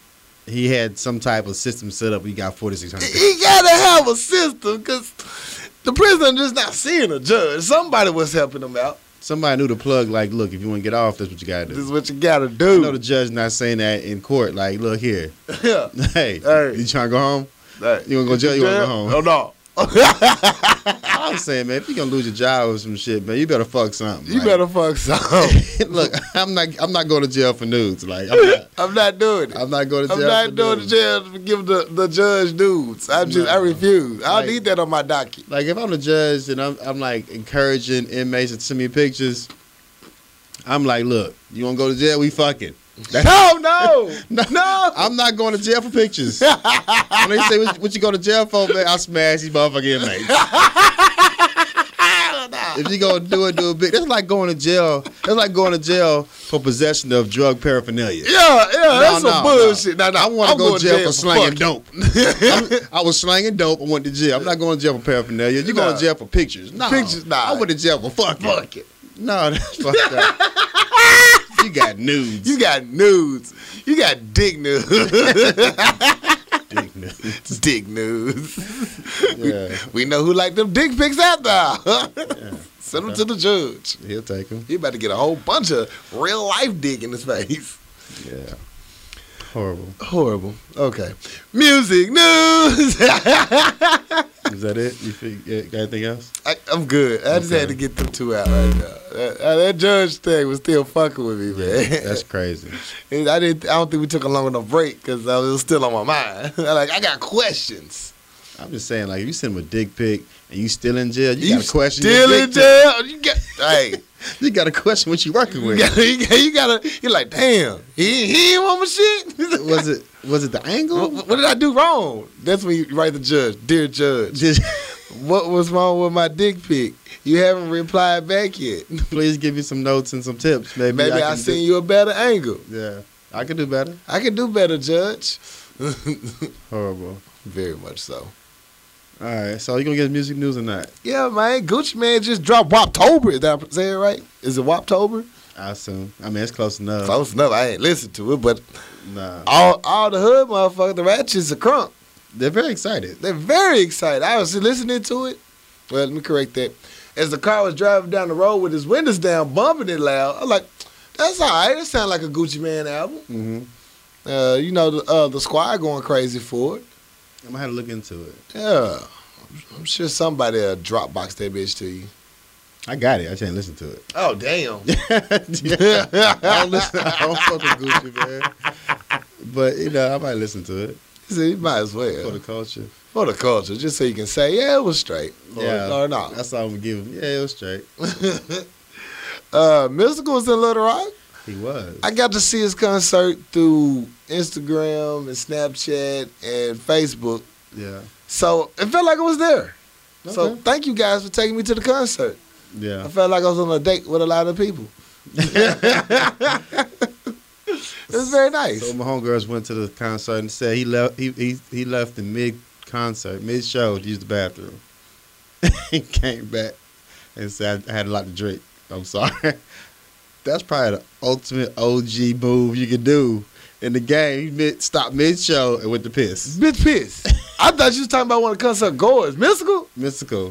he had some type of system set up. He got forty six hundred.
He gotta have a system because the prisoner just not seeing a judge. Somebody was helping him out.
Somebody knew the plug. Like, look, if you want to get off, that's what you gotta
This is
do.
what you gotta
I know the
do.
judge not saying that in court. Like, look here,
Yeah.
hey,
Hey.
you trying to go home?
Hey.
You wanna go to jail? You wanna go home?
Oh no.
I'm saying, man, if you gonna lose your job or some shit, man, you better fuck something.
You
Like,
better fuck some.
look. I'm not. I'm not going to jail for nudes. Like, I'm not,
I'm not doing it.
I'm not going to
I'm
jail.
not
for
doing the
nudes.
jail to give the, the judge dudes. I just I
No.
refuse. I
Like-
don't need that on my docket.
Like if I'm the judge and I'm I'm like encouraging inmates to send me pictures, I'm like, look, you wanna go to jail? We fucking. That's-
No, no, no.
I'm not going to jail for pictures. when they say what, what you go to jail for, man, I smash these motherfucking inmates. if you gonna do it, do it big. That's like going to jail. That's like going to jail for possession of drug paraphernalia.
yeah, yeah,
No,
that's some
no,
bullshit. No. No,
I want
I'm
to go
going
to jail, for slanging
fucking-
dope. I'm- I was slanging dope. I went to jail. I'm not going to jail for paraphernalia. You going
Nah.
to jail for pictures? No,
Pictures, nah.
I went to jail for fucking.
Fuck it.
No, that's fucked up. you got nudes.
You got nudes. You got dick nudes.
dick nudes.
dick nudes.
Yeah,
We know who like them dick pics out there. Send them to the judge.
he'll take them.
He about to get a whole bunch of real life dick in his face.
Yeah, horrible.
Horrible. Okay. Music news.
Is that it? You fig- yeah, got anything else?
I, I'm good. I just
Okay.
had to get them two out right now. That, uh, that judge thing was still fucking with me, man.
That's crazy.
And I didn't. I don't think we took a long enough break because I was still on my mind. like I got questions.
I'm just saying, like, if you send him a dick pic and you still in jail, you,
You
got to question.
still
your
in
dick pic.
jail? You got hey.
You got to question what you working
You
with.
got, you, got, you gotta. You're like, damn. He he ain't want my shit.
was it was it the
what,
angle?
what did I do wrong? That's when you write the judge, dear judge.
Just
What was wrong with my dick pic? You haven't replied back yet.
please give me some notes and some tips. Maybe,
Maybe I,
can
seen
do,
you a better angle.
Yeah, I could do better.
I can do better, judge.
Horrible.
Very much so.
All right, so you gonna get music news or not?
Yeah, man. Gucci Man just dropped Woptober. Did I say it right? Is it Woptober?
I assume. I mean, it's close enough.
Close enough. I ain't listened to it, but
Nah,
all all the hood motherfuckers, the ratchets are crunk.
they're very excited.
They're very excited. I was listening to it. Well, let me correct that. As the car was driving down the road with his windows down, bumping it loud, I'm like, that's all right. That sounds like a Gucci Man album.
Mm-hmm. I'm
Uh, you know, the, uh, the squad going crazy for it.
gonna have to look into it.
Yeah. I'm sure somebody will Dropbox that bitch to you.
I got it. I just ain't listen to it.
Oh, damn.
I don't listen. I don't fuck with Gucci, man. But you know, I might listen to it
He said, you might as
for the
well.
culture.
For the culture, just so you can say, yeah, it was straight.
Yeah.
Or, or not.
That's all I'm gonna give him. Yeah, it was straight.
Uh, Mystical's in Little Rock.
He was.
I got to see his concert through Instagram and Snapchat and Facebook.
yeah.
So it felt like I was there. So
Okay.
thank you guys for taking me to the concert. I
Yeah.
felt like I was on a date with a lot of people. it was very nice.
So my homegirls went to the concert and said he left. He he, he left in mid concert, mid show to use the bathroom. he came back and said I had a lot to drink. I'm sorry. That's probably the ultimate OG move you could do in the game. He mid, stopped mid show and went to piss.
Bitch piss. I thought you was talking about one of the concert goers. Mystical?
Mystical.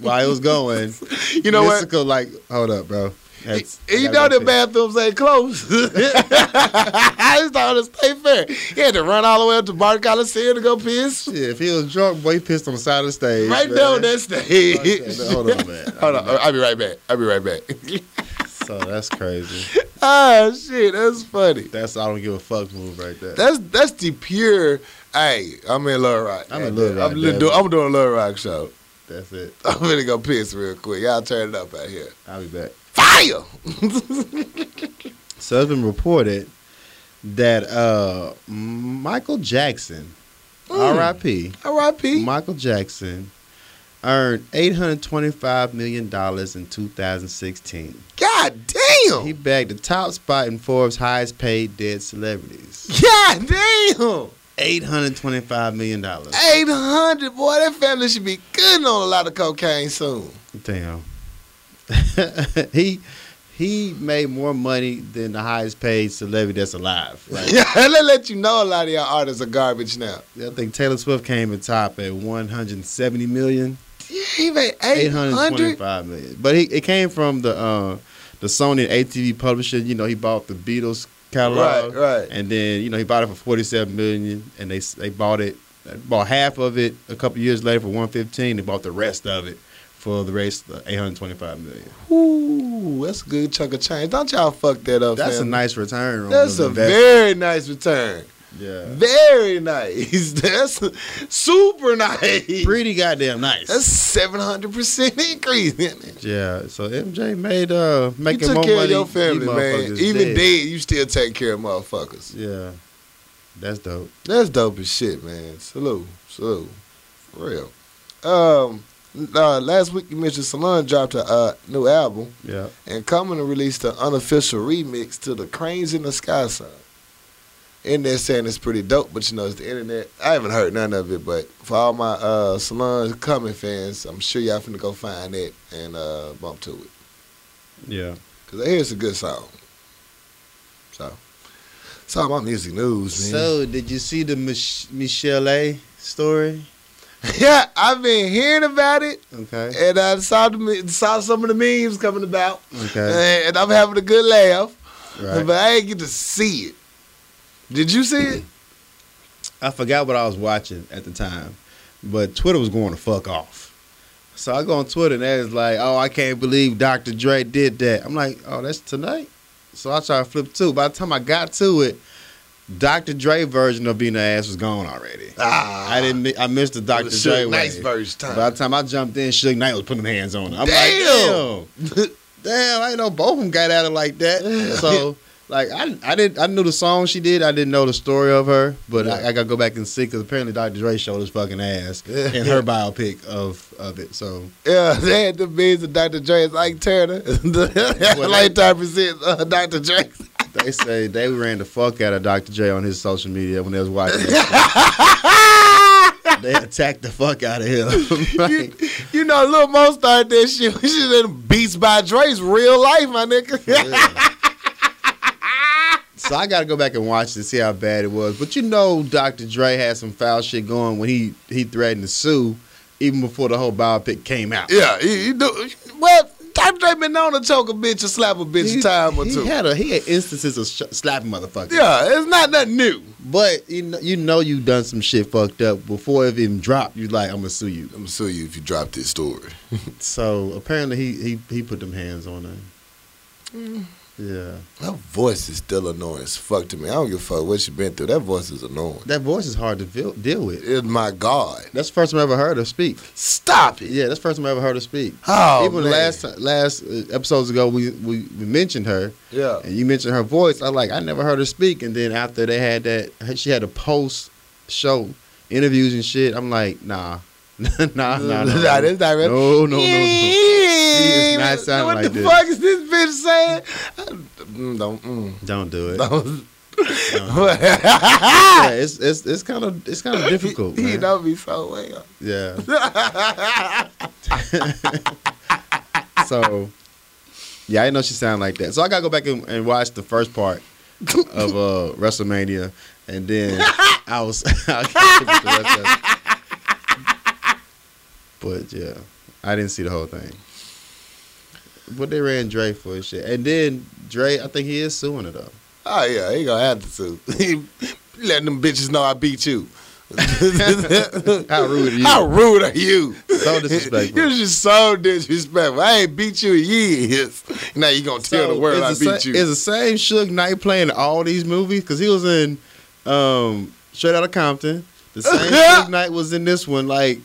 While it was going,
You know what?
Mystical like hold up, bro. That's-
He- he
I
know
gotta
the
go
bathrooms ain't close. I just thought to stay fair. He had to run all the way up to Bart Coliseum to go piss.
fix- Shit, if he was drunk, boy, he pissed on the side of the stage.
Right
man.
there on that stage.
Hold on, man.
Hold on, uh, I'll be right back. I'll be right back.
So that's crazy.
Ah, shit, that's funny.
That's I don't give a fuck move right there.
That's that's the pure. Hey, I'm in Little Rock.
I'm in Little Rock,
I'm, li-
Devin.
do- I'm doing a Little Rock show.
That's it.
I'm gonna go piss real quick. Y'all turn it up out here.
I'll be back.
Fire!
So it's been reported that uh, Michael Jackson, R.I.P.
R.I.P.
Michael Jackson, earned eight hundred twenty-five million dollars in two thousand sixteen.
God damn!
He bagged the top spot in Forbes' highest-paid dead celebrities.
God damn!
Eight hundred twenty-five million dollars.
800, boy, that family should be good on a lot of cocaine soon.
Damn. he he made more money than the highest-paid celebrity that's alive. Right?
Yeah, they let you know a lot of y'all artists are garbage now.
I think Taylor Swift came in top at 170 million,
Yeah, he made 800.
825 million. But he, it came from the uh, the Sony and ATV publishing. You know, he bought the Beatles catalog,
Right, right.
and then you know he bought it for 47 million, and they they bought it they bought half of it a couple years later for 115. They bought the rest of it for the rest of 825 million.
Ooh, that's a good chunk of change. Don't y'all fuck that up,
That's a
family.
nice return. on
That's
the
a
investment.
very nice return.
yeah.
Very nice. That's super nice.
pretty goddamn nice.
That's seven hundred percent increase. In it.
yeah, so MJ made uh
You
making
took
more
care
money.
of your
these
family, man.
motherfuckers
Even
dead.
dead. you still take care of motherfuckers.
Yeah. That's dope.
That's dope as shit, man. Salute, salute, for real. Um, uh, last week you mentioned Solange dropped a uh, new album,
Yeah.
and Common released an unofficial remix to the Cranes in the Sky song. And they're saying it's pretty dope, but you know it's the internet. I haven't heard none of it, but for all my uh, Solange Common fans, I'm sure y'all finna go find it and uh, bump to it.
Yeah.
Cause I hear it's a good song. So, it's all my music news, man.
So, did you see the Mich- Michelle A story?
yeah, I've been hearing about it,
Okay.
and I saw the, me- saw some of the memes coming about,
Okay.
and I'm having a good laugh,
Right.
but I ain't get to see it. Did you see it?
I forgot what I was watching at the time, but Twitter was going to fuck off. So I go on Twitter and it's like, oh, I can't believe Dr. Dre did that. I'm like, oh, that's tonight. So I try to flip two. By the time I got to it, Dr. Dre version of being an ass was gone already.
Ah,
I didn't. mi- I missed the Dr.
Suge
Dre.
Knight's
way.
verse time.
By the time I jumped in, Suge Knight was putting hands on her. I'm
Damn!
like, damn, damn. I didn't know both of them got at it like that. So, like, I, I didn't. I knew the song she did. I didn't know the story of her. But I, I got to go back and see because apparently Dr. Dre showed his fucking ass in her biopic of of it. So
Yeah, they had the memes of Dr. Dre and Ike Turner. Lifetime presents uh, Dr. Dre.
they say they ran the fuck out of Dr. Dre on his social media when they was watching. It. they attacked the fuck out of him.
you,
Like,
you know, Lil Mo started that shit. She did Beats by Dre's real life, my nigga.
Yeah. so I got to go back and watch to see how bad it was. But you know, Dr. Dre had some foul shit going when he he threatened to sue even before the whole biopic came out.
Yeah, he, he do. Well, Dr. Dre been known to choke a bitch or slap a bitch
He-
a time or two.
He had a he had instances of sh- slapping motherfuckers.
yeah, it's not nothing new.
But you know, you know you done some shit fucked up before it even dropped. You like I'm gonna sue you.
I'm gonna sue you if you drop this story.
So apparently he he he put them hands on her. Yeah,
That voice is still annoying as fuck to me. I don't give a fuck what you been through. That voice is annoying.
that voice is hard to feel, deal with.
It's my God.
That's the first time I ever heard her speak.
Stop it.
Yeah, that's the first time I ever heard her speak.
Oh,
even
man.
last ti- last uh, episodes ago, we, we we mentioned her,
Yeah.
and you mentioned her voice. I like I never heard her speak, and then after they had that, she had a post show interviews and shit. I'm like, nah, nah, nah, nah,
Nah,
nah.
that's not real.
no, no, no, no.
She
is not sounding
What
like
the
this.
fuck is this bitch saying? Mm, Don't. Mm,
Don't do it.
don't.
Yeah, it's it's it's kind of it's kind of difficult.
He
man.
Ah! know me so well.
Yeah. so, yeah, I know she sound like that. So I gotta go back and, and watch the first part of uh, WrestleMania, and then I was. I'll catch up with the rest of it. But yeah, I didn't see the whole thing. What they ran Dre for and shit. And then Dre, I think he is suing it though.
Oh yeah, he gonna have to sue. He Letting them bitches know I beat you. How
How rude are you?
How rude are you?
So disrespectful.
You're just so disrespectful. I ain't beat you in years. Now you gonna tell the world I
is the
beat
sa-
you.
Is the same Suge Knight playing in all these movies? Because he was in um, Straight Outta Compton. The same Suge Knight was in this one. Like,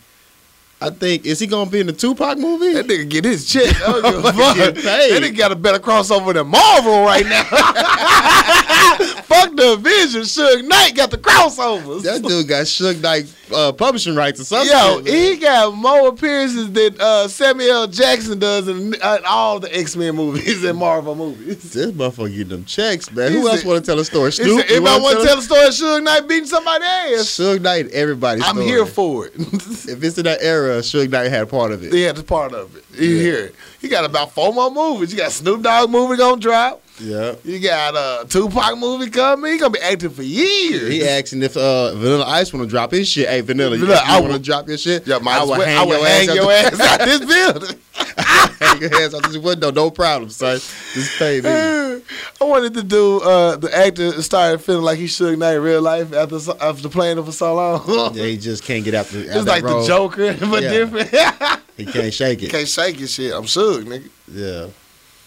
I think is he gonna be in the Tupac movie?
That nigga get his check. I don't give a fuck.
Get paid.
That nigga got a better crossover than Marvel right now. fuck the Vision. Suge Knight got the crossovers.
That dude got Suge Knight uh, publishing rights or something.
Yo,
man.
he got more appearances than uh, Samuel L. Jackson does in, uh, all the X Men movies and Marvel movies.
this motherfucker getting them checks, man.
He
Who else
said-
want to tell a story?
He
Snoop,
said, if I
wanna
want to
tell
tell the story of Suge Knight beating somebody's ass,
Suge Knight, everybody's
I'm
story.
here for it.
If it's in that era, Suge Knight had part of it.
yeah, that's part of it. You
Yeah.
hear it. He got about four more movies. You got Snoop Dogg movie gonna drop.
Yeah.
You got a Tupac movie coming. He gonna be acting for years.
He asking if uh, Vanilla Ice want to drop his shit. Hey, Vanilla, you,
Look, I
want to
would-
drop your shit?
Yeah, might
I
as
would
well-
hang
I would
your ass
hang
out
your
the-
ass out this building.
hang your hands out this window. No problem, son. Just pay me.
I wanted to do uh, the actor started feeling like he should not in real life after so- after playing it for so long.
Yeah, he just can't get out the. out
it's
that
like
road.
the Joker, but
Yeah.
different.
He can't shake it.
Can't shake your shit. I'm shook, nigga.
Yeah,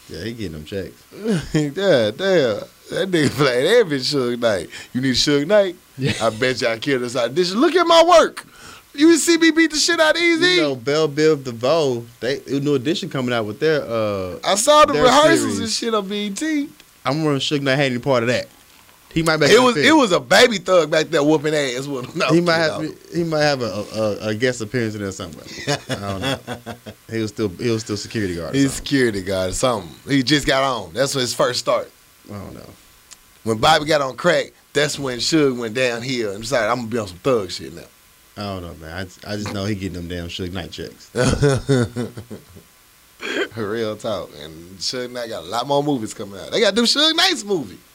yeah, he getting them checks.
yeah, damn. That nigga played every Suge Knight. You need Suge Knight?
Yeah.
I bet you I killed this audition. Look at my work. You see me beat the shit out of E Easy.
You know, Bell Biv DeVoe, they new edition coming out with their. uh
I saw the
their
rehearsals and
series.
shit on E BET.
I'm running Suge Knight had any part of that. He might make
It was
appearance.
it was a baby thug back there whooping ass with him. No,
he might
you
have
know.
he might have a, a, a guest appearance in there somewhere. I don't know. He was still he was still security guard. or
He's
something.
security guard or something. He just got on. That's his first start.
I don't know.
When Bobby got on crack, that's when Suge went downhill and decided I'm gonna be on some thug shit now.
I don't know, man. I, just- I just know he getting them damn Suge Knight checks.
Real talk. And Suge Knight got a lot more movies coming out. They gotta do Suge Knight's movie.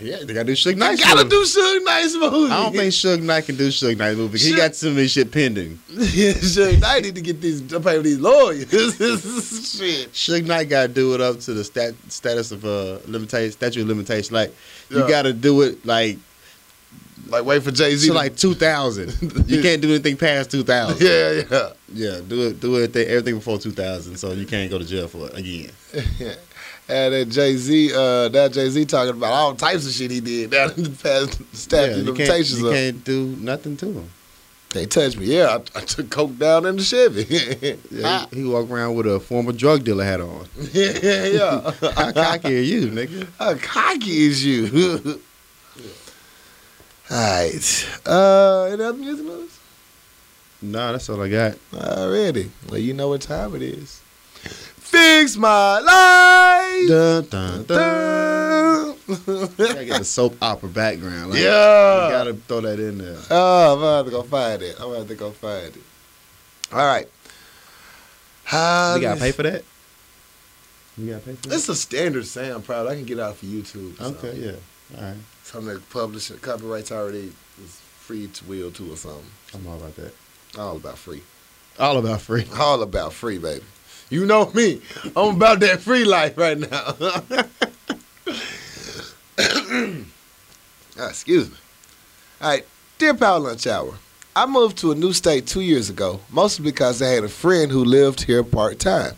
Yeah, they gotta do Suge
They
Knight.
gotta do Suge Knight's movie.
I don't think Suge Knight can do Suge Knight movie. He
Suge-
got too many shit pending.
Suge Knight need to get these to pay these lawyers. shit.
Suge Knight got to do it up to the stat, status of uh limitation, statute of limitation. Like
Yeah.
you got to do it like
Like wait for Jay Z.
to like two thousand. you can't do anything past two thousand.
Yeah, yeah.
yeah, do it, do it, everything before two thousand, so you can't go to jail for it again.
And that Jay Z, uh, that Jay Z talking about all types of shit he did down in the past statute
Yeah,
of
you can't,
limitations.
you
of-
can't do nothing to him.
They touched me. Yeah, I, I took coke down in the Chevy.
Yeah,
Ah.
he, he walk around with a former drug dealer hat on.
yeah, yeah, yeah.
How cocky are you, nigga?
How cocky is you? All right. Uh, any other music news?
Nah, that's all I got.
Already. Well, you know what time it is. Fix my life.
Dun, dun, dun.
Dun.
Gotta get the soap opera background. Like,
yeah.
You gotta throw that in there.
Oh, I'm gonna have to go find it. I'm gonna have to go find it. All right. How
You gotta pay for that? You gotta pay for that?
It's a standard sound product. I can get it off of YouTube. or
Okay,
something.
yeah. All right.
Something that publishing copyrights already is free to will to or something.
I'm all about that.
All about free.
All about free.
All about free, baby. You know me. I'm about that free life right now. Ah, excuse me. All right, dear Power Lunch Hour. I moved to a new state two years ago, mostly because I had a friend who lived here part time.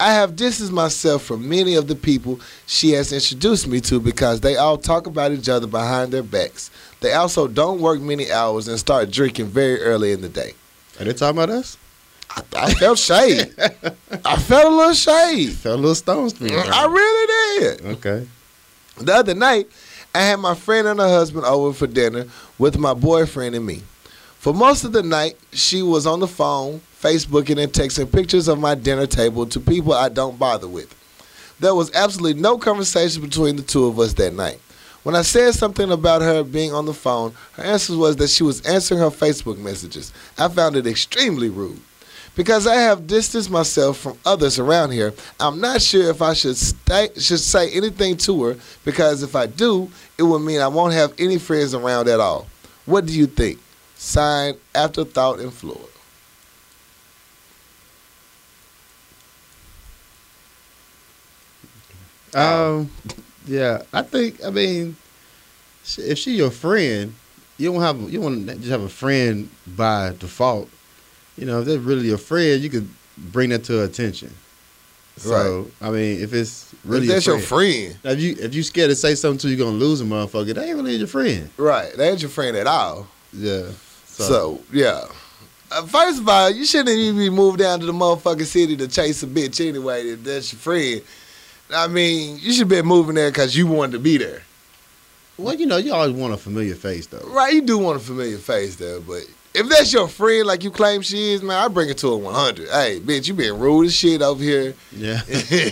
I have distanced myself from many of the people she has introduced me to because they all talk about each other behind their backs. They also don't work many hours and start drinking very early in the day.
Are they talking about us?
I, I felt shade. I felt a little shade.
Fell a little stones to me. bro.
I really did.
okay.
The other night, I had my friend and her husband over for dinner with my boyfriend and me. For most of the night, she was on the phone, Facebooking and texting pictures of my dinner table to people I don't bother with. There was absolutely no conversation between the two of us that night. When I said something about her being on the phone, her answer was that she was answering her Facebook messages. I found it extremely rude. Because I have distanced myself from others around here, I'm not sure if I should stay, should say anything to her because if I do, it would mean I won't have any friends around at all. What do you think? Signed Afterthought in Florida.
Um, yeah, I think. I mean, sh- if she your friend, you don't have you want to just have a friend by default. You know, if they're really your friend, you could bring that to her attention. So I mean, if it's really
if that's
your
your
friend,
friend,
if you if you scared to say something to you, gonna lose a motherfucker. They ain't really your friend.
right? That ain't your friend at all.
Yeah.
So, yeah. Uh, First of all, you shouldn't even be moved down to the motherfucking city to chase a bitch anyway. If that's your friend, I mean, you should be moving there because you wanted to be there,
well, you know, you always want a familiar face though.
right? You do want a familiar face there, but if that's your friend, like you claim she is, man, I bring it to a one hundred. Hey, bitch, you been rude as shit over here.
Yeah.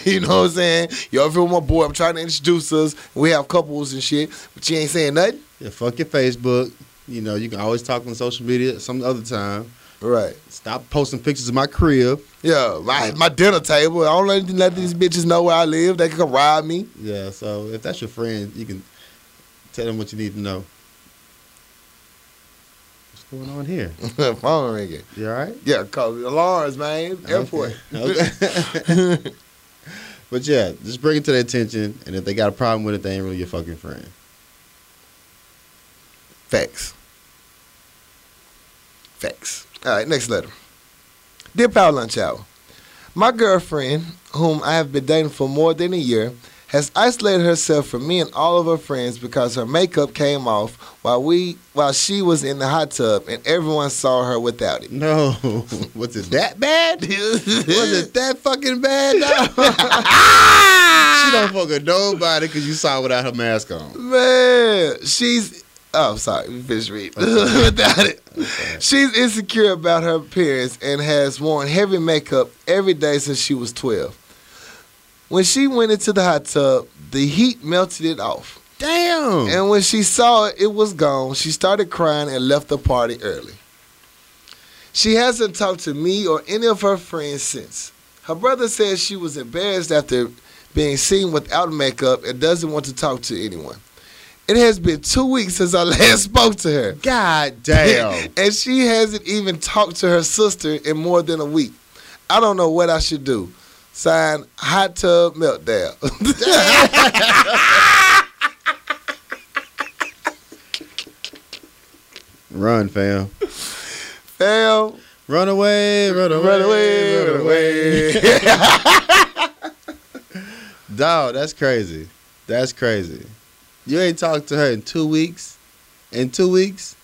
you know what I'm saying? You over here with my boy? I'm trying to introduce us. We have couples and shit, but you ain't saying nothing,
yeah. Fuck your Facebook. You know, you can always talk on social media some other time.
right?
Stop posting pictures of my crib.
Yeah, my, my dinner table. I don't let, let these bitches know where I live. They can come rob me.
Yeah, so if that's your friend, you can tell them what you need to know. What's going on here?
Phone ringing.
You all right?
Yeah, cause alarms, man. Airport.
Okay. Okay. but yeah, just bring it to their attention, and if they got a problem with it, they ain't really your fucking friend.
Facts. Facts. All right, next letter. Dear Power Lunch Hour, my girlfriend, whom I have been dating for more than a year, has isolated herself from me and all of her friends because her makeup came off while we while she was in the hot tub and everyone saw her without it.
No, was it that bad? was it that fucking bad? No. she don't fuck with nobody because you saw her without her mask on.
Man, she's. Oh, sorry, we finished reading without it. She's insecure about her appearance and has worn heavy makeup every day since she was 12. When she went into the hot tub, the heat melted it off.
Damn.
And when she saw it, it was gone. She started crying and left the party early. She hasn't talked to me or any of her friends since. Her brother says she was embarrassed after being seen without makeup and doesn't want to talk to anyone. It has been two weeks since I last spoke to her.
God damn.
and she hasn't even talked to her sister in more than a week. I don't know what I should do. Sign hot tub meltdown.
Run, fam.
Hell,
Run away, run away,
run away, run away.
Dog, that's crazy. That's crazy. You ain't talked to her in two weeks. In two weeks,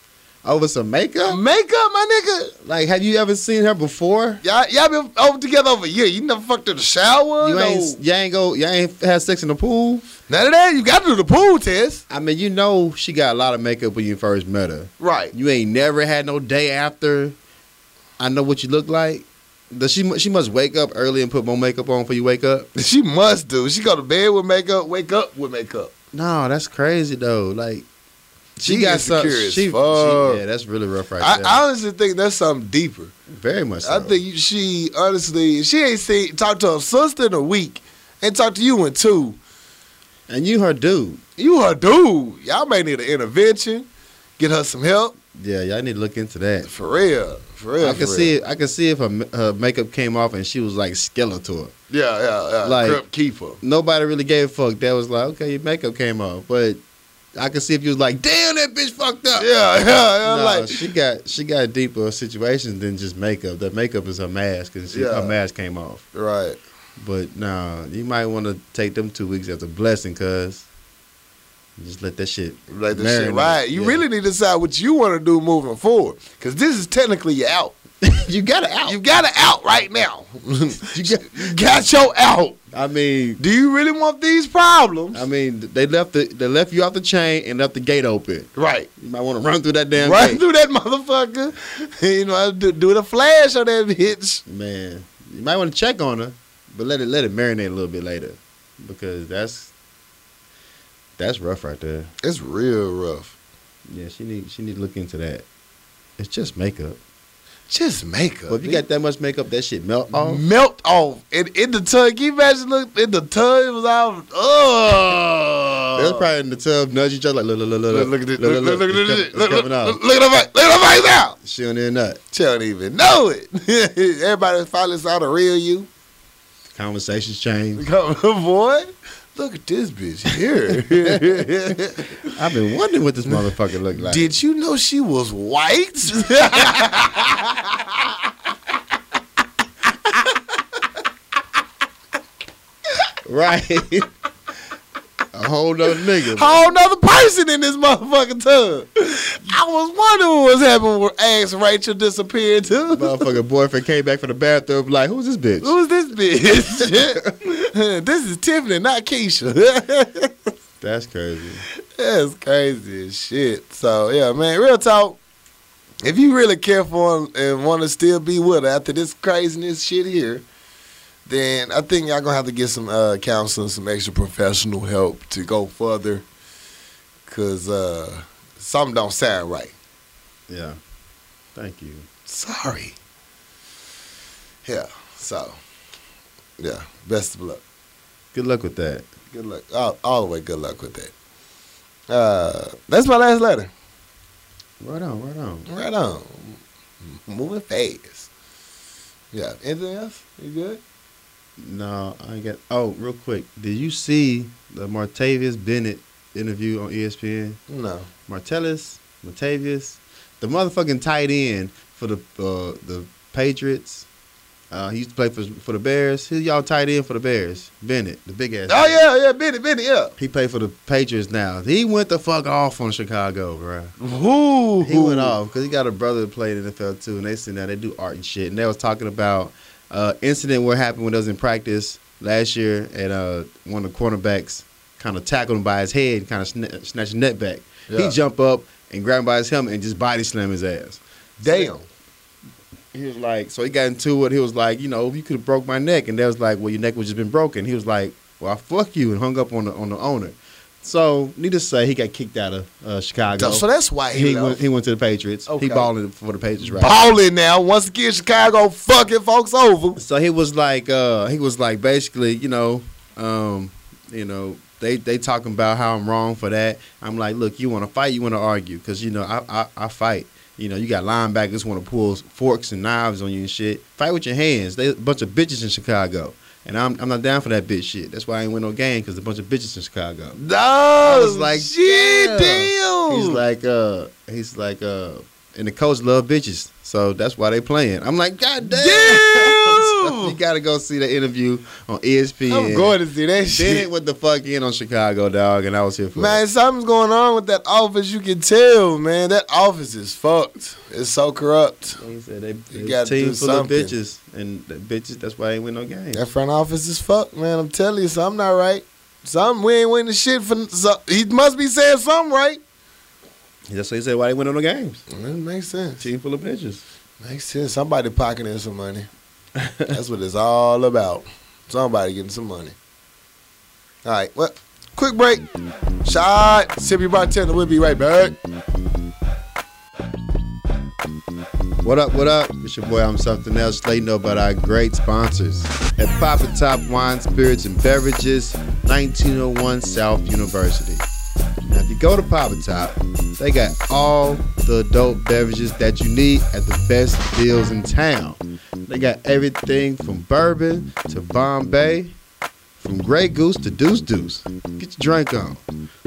over some makeup.
Makeup, my nigga.
Like, have you ever seen her before?
Y'all, y'all been over together over a year. You never fucked in the shower.
You
Oh, no-
ain't, you ain't go, you ain't had sex in the pool.
None of that. You got to do the pool test.
I mean, you know she got a lot of makeup when you first met her.
Right.
You ain't never had no day after. I know what you look like. Does she? mu- She must wake up early and put more makeup on before you wake up.
She must do. She go to bed with makeup, wake up with makeup.
No, that's crazy though. Like she,
She
got some.
insecure
She,
as
she-
fuck.
yeah, that's really rough right
I,
there.
I honestly think that's something deeper.
Very much. So.
I think she honestly, she ain't seen talked to her sister in a week, and talked to you in two.
and you her dude.
You her dude. Y'all may need an intervention. Get her some help.
Yeah, y'all need to look into that.
For real. For real.
I can see. It, I can see if her ma- her makeup came off and she was like skeletal.
Yeah, yeah, yeah.
Like-
Crip keeper.
Nobody really gave a fuck. That was like, okay, your makeup came off, but I could see if you was like, damn, that bitch fucked up.
Yeah, yeah, yeah.
No,
like
she got she got deeper situations than just makeup. That makeup is her mask, and she, her
Yeah.
mask came off.
right.
But nah, you might want to take them two weeks as a blessing, cuz. Just let that shit.
Like the
marinate.
shit, right? You
Yeah.
really need to decide what you want to do moving forward, because this is technically your out.
you gotta out.
You got to out right now.
You got,
you got your out.
I mean,
Do you really want these problems?
I mean, they left the they left you off the chain and left the gate open.
right,
You might want to run through that damn
right
gate,
through that motherfucker. you know, I do, do the flash on that bitch.
man. You might want to check on her, but let it let it marinate a little bit later, because that's that's rough right there.
It's real rough.
Yeah, she need she need to look into that. It's just makeup.
Just makeup.
But if you got that much makeup, that shit melt off.
melt off and in the tub. Can you imagine? Look in the tub. It was all oh.
They was probably in the tub nudge each other like look look look
Look,
look
look at it.
look,
Look, look, look,
it's
look,
com- it's
look, look, look,
coming out.
look, look at her face. Look at her face out.
She don't even nut.
She don't even know it. Everybody finally saw the real you.
Conversations change.
Come, boy. Look at this bitch here.
I've been wondering what this motherfucker look like.
Did you know she was white?
right. A whole nother nigga.
Whole nother person in this motherfucking tub. I was wondering what was happening when ass Rachel disappeared too.
Motherfucker boyfriend came back from the bathroom like, who's this bitch?
Who's this bitch? this is Tiffany, not Keisha.
That's crazy.
That's crazy as shit. So yeah, man, real talk. If you really careful and, and want to still be with her after this craziness shit here, then I think y'all gonna have to get some uh, counseling, some extra professional help to go further, cause uh, something don't sound right.
Yeah. Thank you.
Sorry. Yeah. So. Yeah. Best of luck.
Good luck with that.
Good luck. All, all the way good luck with that. Uh, that's my last letter.
Right on, right on.
Right on. Moving fast. Yeah. Anything else? You good?
No, I ain't got. Oh, real quick, did you see the Martavius Bennett interview on E ESPN?
No.
Martellus, Martavius, the motherfucking tight end for the uh, the Patriots. Uh, he used to play for for the Bears. He's y'all tight end for the Bears. Bennett, the big ass.
Oh
guy.
yeah, yeah, Benny, Benny, yeah.
He played for the Patriots now. He went the fuck off on Chicago, bro.
Who?
He went off because he got a brother that played in the NFL too, and they sitting there, they do art and shit. And they was talking about uh incident what happened when they was in practice last year, and uh, one of the cornerbacks kind of tackled him by his head, and kind of sna- snatched his net back.
Yeah.
He jump up and grab him by his helmet and just body slam his ass.
Damn.
He was like, so he got into it. He was like, you know, you could have broke my neck, and they was like, well, your neck was just been broken. He was like, well, I fuck you, and hung up on the on the owner. So, needless to say, he got kicked out of uh, Chicago.
So that's why he,
He went, he went to the Patriots.
Okay.
He balling for the Patriots, right?
balling now. Once again, Chicago fucking folks over.
so he was like, uh, he was like, basically, you know, um, you know, they they talking about how I'm wrong for that. I'm like, look, you want to fight, you want to argue, because you know, I, I I fight. You know, you got linebackers want to pull forks and knives on you and shit. Fight with your hands. They a bunch of bitches in Chicago, and I'm I'm not down for that bitch shit. That's why I ain't win no game because a bunch of bitches in Chicago.
No,
was like,
shit,
"Damn."
damn.
He's like, uh, he's like, uh, and the coach love bitches, so that's why they playing. I'm like, God damn!
Damn!
you gotta go see the interview on E ESPN.
I'm going to see that
Then it
shit.
went the fuck in on Chicago, dog, and I was here for
Man,
it.
something's going on with that office. You can tell, man. That office is fucked. It's so corrupt.
He said they, they
gotta
team
do
full
something.
of bitches, and the bitches. That's why they ain't win no game.
That front office is fucked, man. I'm telling you, something not right. Something we ain't winning shit for. So, he must be saying something right.
That's why he said why they win no games.
That makes sense.
Team full of bitches.
Makes sense. Somebody pocketing some money. That's what it's all about. Somebody getting some money. All right, well, quick break. Shot, sip your bartender. We'll be right back.
What up, what up? It's your boy, I'm something else. Let you know about our great sponsors at Papa Top Wine, Spirits, and Beverages, 1901 South University. Now, if you go to Papa Top, they got all the adult beverages that you need at the best deals in town. They got everything from bourbon to Bombay, from Grey Goose to Deuce Deuce. Get your drink on.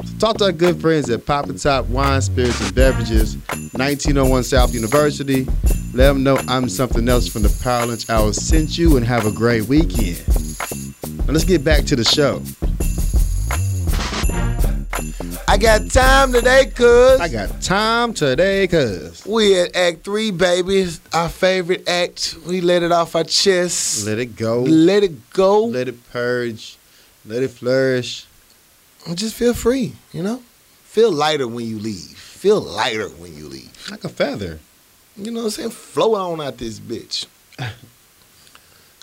So talk to our good friends at Papa Top Wine, Spirits, and Beverages, 1901 South University. Let them know I'm something else from the Power Lunch Hour sent you and have a great weekend. Now let's get back to the show.
I got time today, cuz.
I got time today, cuz.
We at Act 3, baby. Our favorite act. We let it off our chest.
Let it go.
Let it go.
Let it purge. Let it flourish.
Just feel free, you know? Feel lighter when you leave. Feel lighter when you leave.
Like a feather.
You know what I'm saying? Flow on out this bitch.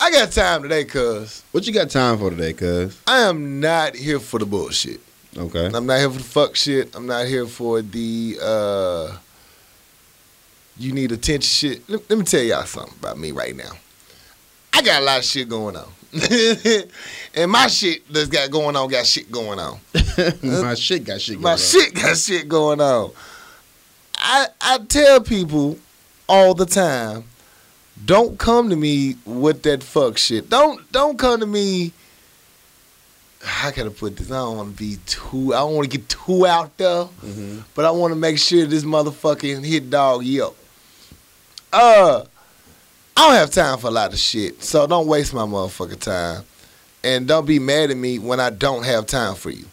I got time today, cuz.
What you got time for today, cuz?
I am not here for the bullshit.
Okay.
I'm not here for the fuck shit. I'm not here for the uh you need attention shit. Let, let me tell y'all something about me right now. I got a lot of shit going on. and my shit that's got going on got shit going on.
My shit got shit going
My
on.
shit got shit going on. I I tell people all the time, don't come to me with that fuck shit. Don't don't come to me how can I put this? I don't want to be too. I don't want to get too out there,
Mm-hmm.
but I want to make sure this motherfucking hit dog yo. Uh, I don't have time for a lot of shit, so don't waste my motherfucking time, and don't be mad at me when I don't have time for you.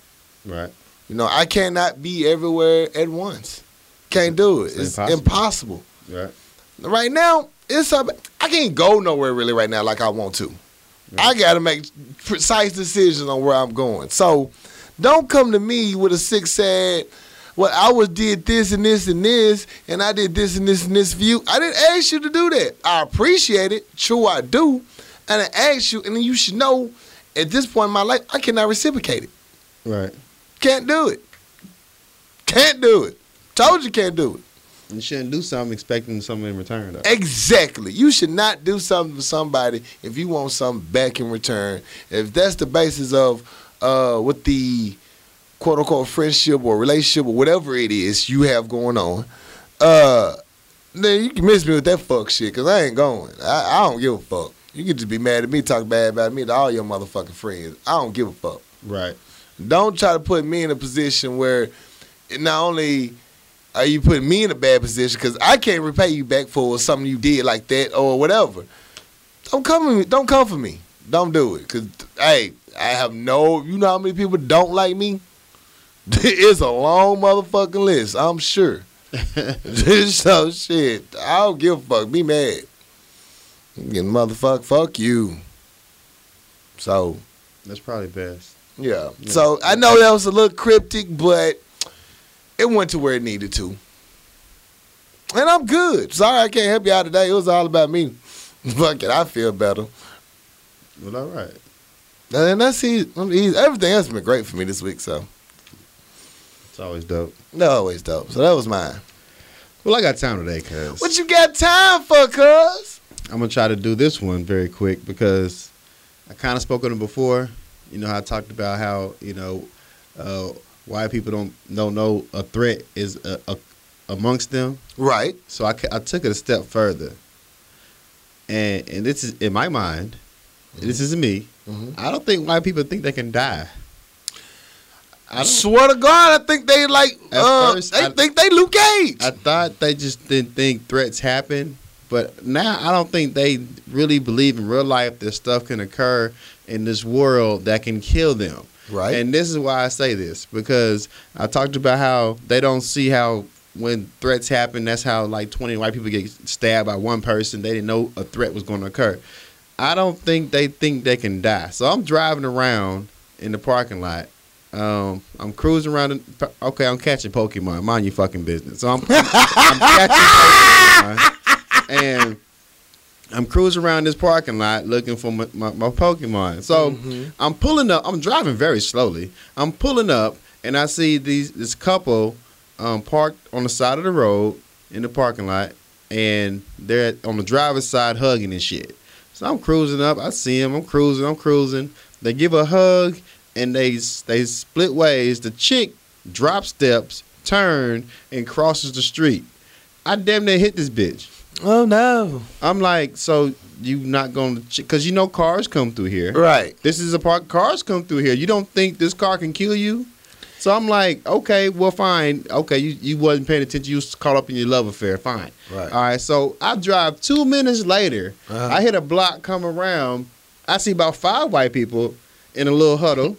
Right.
You know, I cannot be everywhere at once. Can't do it.
It's
It's
impossible.
impossible.
Right.
Right now, it's up. I can't go nowhere really right now like I want to. I got to make precise decisions on where I'm going. So, don't come to me with a sick sad. Well, I was did this and this and this, and I did this and this and this for you. I didn't ask you to do that. I appreciate it. True, I do. And I asked you, and then you should know. At this point in my life, I cannot reciprocate it.
Right.
Can't do it. Can't do it. Told you can't do it.
You shouldn't do something expecting something in return
Eh.
though.
Exactly. You should not do something for somebody if you want something back in return. If that's the basis of uh, what the quote unquote friendship or relationship or whatever it is you have going on, uh, then you can miss me with that fuck shit because I ain't going. I, I don't give a fuck. You can just be mad at me, talk bad about me to all your motherfucking friends. I don't give a fuck
Right.
don't try to put me in a position where not only are you putting me in a bad position because I can't repay you back for something you did like that or whatever. Don't come for me. Don't come for me. Don't do it. Cause hey, I have no. You know how many people don't like me? it's a long motherfucking list. I'm sure. so shit, I don't give a fuck. Be mad. Getting motherfuck. Fuck you. So.
That's probably best.
Yeah. So I know that was a little cryptic, but it went to where it needed to. And I'm good. Sorry I can't help you out today. It was all about me. Fuck it, I feel better.
Well, all right.
And that's easy. Everything else has been great for me this week, so
It's always dope.
that always dope. So that was mine.
Well, I got time today, cuz.
What you got time for, cuz?
I'm gonna try to do this one very quick because I kind of spoke on it before. You know, how I talked about how you know uh, why people don't don't know a threat is a, a, amongst them.
Right.
So I, ca- I took it a step further, and and this is in my mind. This is me.
Mhm.
I don't think white people think they can die. I
I
don't-
swear to God, I think they like
At
uh,
first,
they
I-
think they Luke Cage.
I thought they just didn't think threats happen, but now I don't think they really believe in real life that stuff can occur in this world that can kill them.
right.
And this is why I say this because I talked about how they don't see how when threats happen, that's how like 20 white people get stabbed by one person. They didn't know a threat was going to occur. I don't think they think they can die. So I'm driving around in the parking lot. Um, I'm cruising around. In, okay, I'm catching Pokemon. Mind your fucking business. So I'm, I'm catching Pokemon, and I'm cruising around this parking lot looking for my, my, my Pokemon. So I'm pulling up. I'm driving very slowly. I'm pulling up, and I see these this couple um, parked on the side of the road in the parking lot, and they're on the driver's side hugging and shit. So I'm cruising up. I see them. I'm cruising. I'm cruising. They give a hug, and they they split ways. The chick drop steps, turn, and crosses the street. I damn near hit this bitch.
oh no.
I'm like, so you not going to, because you know cars come through here.
Right.
This is a park, cars come through here. You don't think this car can kill you? So I'm like, okay, well, fine. Okay, you, you wasn't paying attention. You was caught up in your love affair. Fine.
Right.
All right, so I drive two minutes later.
Uh-huh.
I hit a block, come around. I see about five white people in a little huddle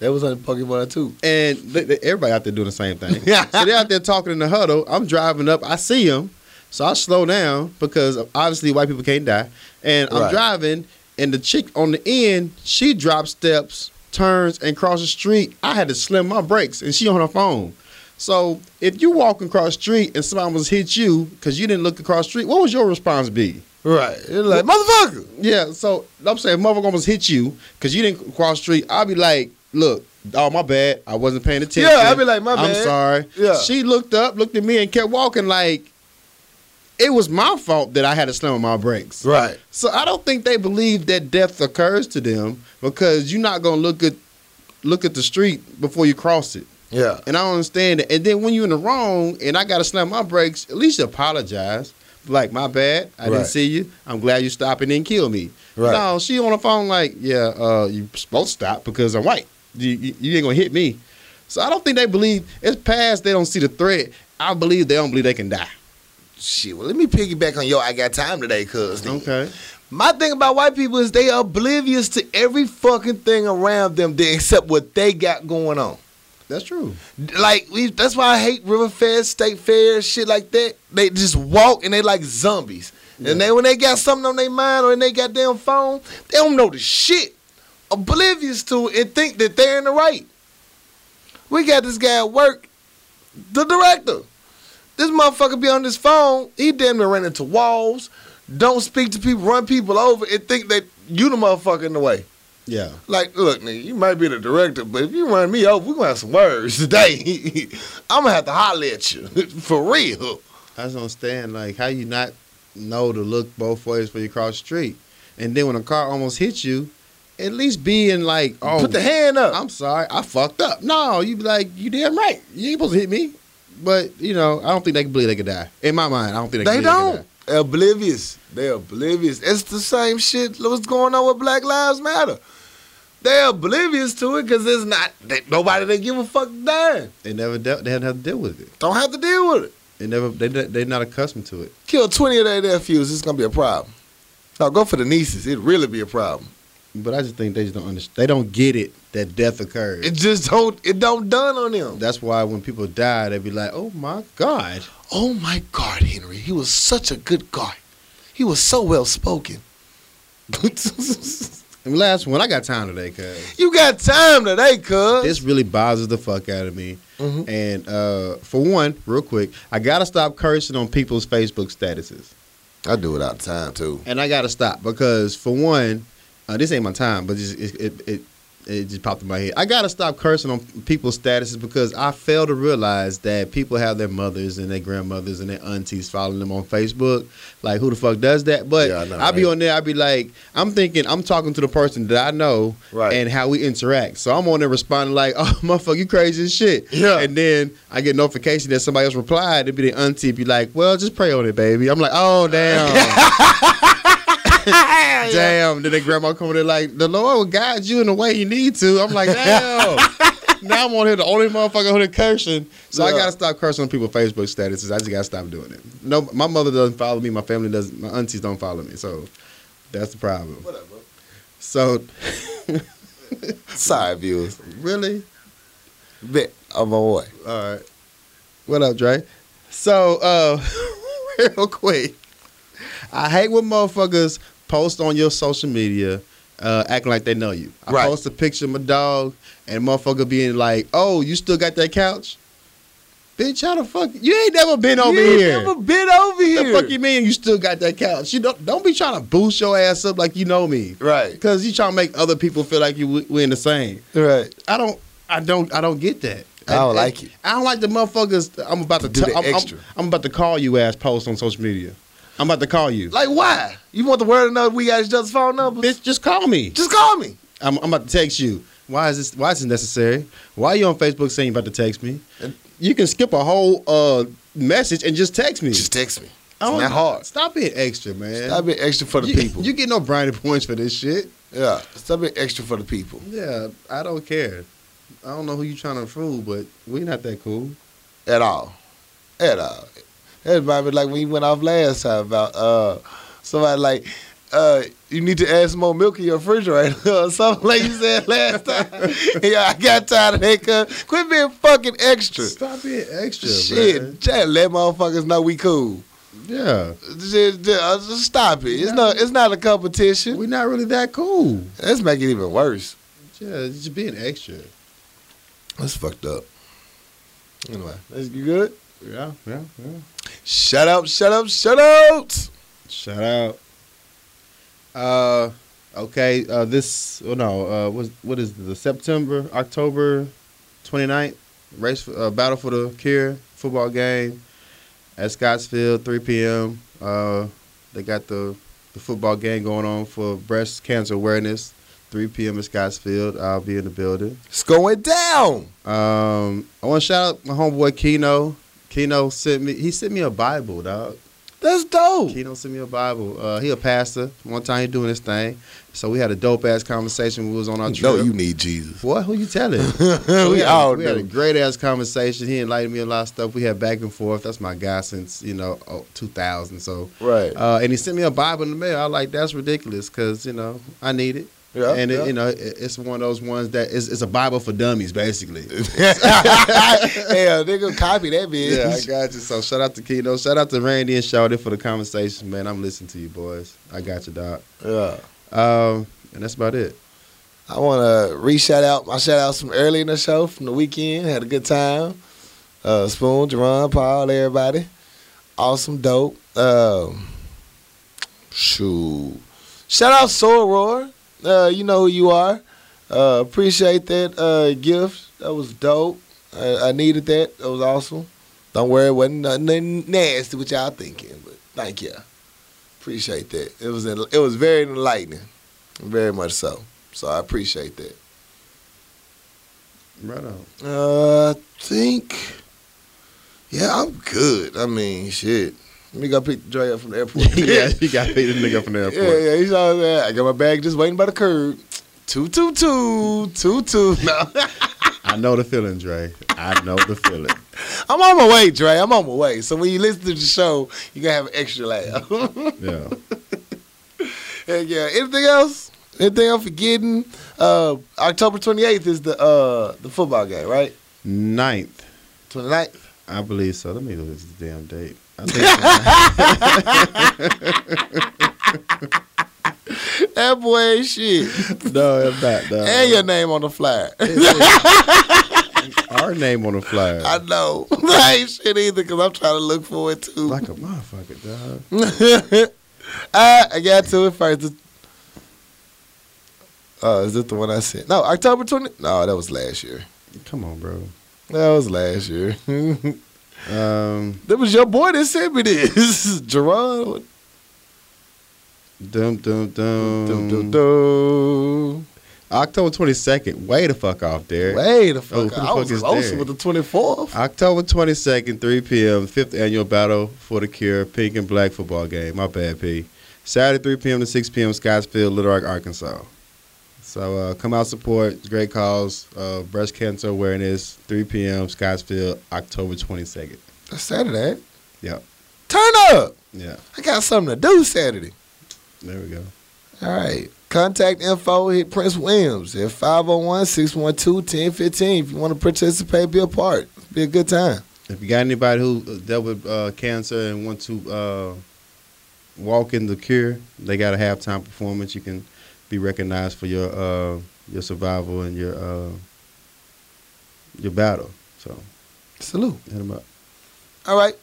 That was on the Pokemon too.
and they, they- everybody out there doing the same thing. so they're out there talking in the huddle. I'm driving up. I see them, so I slow down because obviously white people can't die. And I'm
Right.
driving, and the chick on the end, she drops steps, turns, and crosses the street. I had to slam my brakes, and she on her phone. So if you walking across the street and somebody was hit you because you didn't look across the street, what would your response be?
Right. They're like motherfucker.
Yeah, so I'm saying if motherfucker almost hit you because you didn't cross the street. I'll be like, look, oh my bad, I wasn't paying attention.
Yeah, I'll be like, my
I'm
bad.
sorry.
Yeah.
She looked up, looked at me, and kept walking like it was my fault that I had to slam on my brakes.
Right.
So I don't think they believe that death occurs to them because you're not gonna look at look at the street before you cross it.
Yeah.
And I don't understand it. And then when you're in the wrong and I gotta slam my brakes, at least apologize. like, my bad, I didn't
Right.
see you. I'm glad you stopped and didn't kill me.
Right.
No, she on the phone like, yeah, uh, you supposed to stop because I'm white. You, you, you ain't gonna hit me. So I don't think they believe it's past. They don't see the threat. I believe they don't believe they can die.
Shit, well, let me piggyback on yo. I got time today, cuz. then.
Okay.
My thing about white people is they are oblivious to every fucking thing around them they- except what they got going on.
That's true.
Like we, that's why I hate river fairs, state fairs, shit like that. They just walk and they like zombies. And they when they got something on their mind or in they goddamn phone, they don't know the shit. Oblivious to it and think that they're in the right. We got this guy at work, the director. This motherfucker be on his phone. He damn near ran into walls. Don't speak to people, run people over, and think that you the motherfucker in the way.
Yeah.
Like, look, nigga, you might be the director, but if you run me over, we're gonna have some words today. I'm gonna have to holler at you. For real.
I just don't understand like how you not know to look both ways when you cross the street, and then when a car almost hits you, at least be in like oh
Put the hand up.
I'm sorry I fucked up. No, you be like you damn right you ain't supposed to hit me, but you know I don't think they can believe they could die. In my mind, I don't think they, can
they
believe
don't. They're oblivious. They're oblivious. It's the same shit what's going on with Black Lives Matter. They're oblivious to it because it's not they, nobody they give a fuck damn.
They, could die. they never dealt. They haven't had to deal with it.
Don't have to deal with it.
They never they they're not accustomed to it.
Kill 20 of their nephews, it's gonna be a problem. Now go for the nieces, it'd really be a problem.
But I just think they just don't understand. They don't get it that death occurs.
It just don't it don't done on them.
That's why when people die, they be like, oh my god.
Oh my God, Henry. He was such a good guy. He was so well spoken. you
And last one, I got time today, cuz.
got time today, cuz.
this really bothers the fuck out of me.
Mhm.
And uh, for one, real quick, I gotta stop cursing on people's Facebook statuses,
I do it all the time, too.
and I gotta stop because for one, uh, this ain't my time, but just, it, it it it just popped in my head. I gotta stop cursing on people's statuses because I fail to realize that people have their mothers and their grandmothers and their aunties following them on Facebook. Like, who the fuck does that? But
Yeah, I know,
I'll be
right?
on there. I'll be like, I'm thinking, I'm talking to the person that I know
Right.
and how we interact. So I'm on there responding like, "Oh, motherfucker, you crazy as shit."
Yeah.
And then I get notification that somebody else replied. It'd be the auntie be like, "Well, just pray on it, baby." I'm like, "Oh, damn." Damn. Then the grandma coming in like, the Lord will guide you in the way you need to. I'm like, damn. now I'm on here the only motherfucker who done cursing. So I
Yeah.
gotta stop cursing on people's Facebook statuses. I just gotta stop doing it. No, my mother doesn't follow me. My family doesn't. My aunties don't follow me. So that's the problem.
Whatever.
So
Sorry, viewers.
really.
Bet. Oh, my boy.
All right. What up, Dre? So, uh, real quick, I hate when motherfuckers post on your social media uh, acting like they know you. I
Right.
post a picture of my dog and motherfucker being like, oh, you still got that couch? Bitch, how the fuck? You ain't never been over
you ain't
here.
never been over here.
The fuck you mean you still got that couch? You don't don't be trying to boost your ass up like you know me,
Right.
because you trying to make other people feel like you we- we in the same.
Right.
I don't, I don't, I don't get that.
I don't like it.
I don't like the motherfuckers. I'm about to
Do
tell-
the
I'm, I'm-
extra.
I'm about to call you ass post on social media. I'm about to call you.
Like, why? You want the world to know we got each other's phone numbers?
Bitch, just call me.
Just call me.
I'm, I'm about to text you. Why is this? Why is this necessary? Why you on Facebook saying you about to text me? You can skip a whole uh, message and just text me.
Just text me. It's
I don't-
not hard.
Stop being extra, man.
Stop being extra for the
you,
people.
You get no brownie points for this shit.
yeah. Stop being extra for the people.
Yeah, I don't care. I don't know who you trying to fool, but we not that cool.
at all, at all. Everybody be like when you went off last time about uh somebody like uh you need to add some more milk in your refrigerator or something like you said last time. yeah, I got tired of that. Cause quit being fucking extra.
Stop being extra, man.
Shit, just let motherfuckers know we cool.
Yeah,
Just, just- uh, just stop it. It's no, it's not a competition.
we're not really that cool.
Let's make it even worse.
Yeah, it's just being extra.
That's fucked up. Anyway, that's you good.
Yeah, yeah, yeah.
Shut up! Shut up! Shut up!
Shout out. Uh, okay. Uh, this oh no. Uh, what what is the September October 29th race for, uh, battle for the cure football game at Scottsfield 3 p.m. Uh, they got the the football game going on for breast cancer awareness 3 p.m. at Scottsfield. I'll be in the building.
It's going down.
Um, I want to shout out my homeboy Keno. Keno sent me. He sent me a Bible, dog.
That's dope.
He don't send me a Bible. Uh, he a pastor. One time he doing this thing, so we had a dope ass conversation. when We was on our trip.
No, you need Jesus.
What? Who you telling?
we
had,
all
we had a
do.
great ass conversation. He enlightened me a lot of stuff. We had back and forth. That's my guy since you know oh, 2000. So,
Right.
uh, and he sent me a Bible in the mail. I was like that's ridiculous because you know I need it.
Yeah,
and
yeah.
It, you know it, it's one of those ones that it's, it's a Bible for dummies basically.
Hell, nigga, copy that bitch.
yeah, I got you. So shout out to Keno. Shout out to Randy and Shawty for the conversation, man. I'm listening to you boys. I got you, dog.
Yeah.
Um, and that's about it.
I want to re-shout out. I shout out some early in the show from the weekend. Had a good time. Uh, Spoon, Jerron, Paul, everybody. Awesome, dope. Um, shoot. Shout out Soul Roar. Uh, you know who you are. Uh, appreciate that uh, gift. That was dope. I, I needed that. That was awesome. Don't worry, it wasn't nothing nasty what y'all thinking, but thank you. Appreciate that. It was it was very enlightening, very much so. So I appreciate that.
Right on.
Uh, I think, yeah, I'm good. I mean, shit. Let me go pick Dre up from the airport.
yeah, you got to beat the nigga up from the airport.
yeah, yeah. He's all there. I got my bag just waiting by the curb. Two, two, two, two, two. No,
I know the feeling, Dre. I know the feeling.
I'm on my way, Dre. I'm on my way. So when you listen to the show, you gonna have an extra laugh.
Yeah.
Heck yeah. Anything else? Anything I'm forgetting? Uh, October 28th is the uh the football game, right?
Ninth,
29th.
I believe so. Let me look at this damn date. I think
That boy ain't shit.
no, it's not. No.
and your name on the flyer.
Our name on the flyer.
I know. I ain't shit either because I'm trying to look for it too.
like a motherfucker, dog.
I, I got to it first. Oh, is that the one I sent? No, October 20. No, that was last year.
Come on, bro.
That was last year.
Um,
that was your boy that sent me this. Gerard.
dum dum dum.
Dum, dum, dum.
October twenty second. Way the fuck off, Derek.
Wait the
Oh, who
fuck.
the
I
fuck
was
is
closer
there?
with the 24th.
October 22nd, 3 p.m., fifth annual Battle for the Cure Pink and Black football game. My bad, P. Saturday, 3 p.m. to 6 p.m., Scottsfield, Little Rock, Arkansas. So uh, come out, support. It's a great cause. Uh, breast cancer awareness, 3 p.m., Scottsfield, October 22nd.
That's Saturday.
Yep.
Turn up.
Yeah,
I got something to do Saturday.
there we go.
All right. Contact info, hit Prince Williams at 501 612 1015. If you want to participate, be a part. Be a good time.
If you got anybody who uh, dealt with uh, cancer and want to uh, walk in the cure, they got a halftime performance. You can be recognized for your uh, your survival and your uh, your battle. So
Salute.
hit them up.
All right.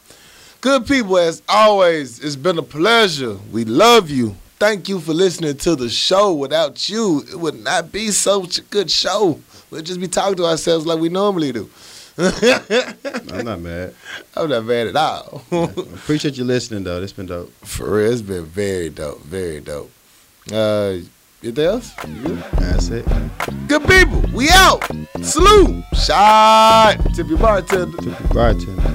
Good people, as always, it's been a pleasure. We love you. Thank you for listening to the show. Without you, it would not be such a good show. We'd just be talking to ourselves like we normally do.
I'm not mad.
I'm not mad at all.
Appreciate you listening though. This been dope.
For real, it's been very dope. Very dope. Uh, anything else?
That's it.
Good people, we out. Salute. Shot. Tip your bartender.
Bartender.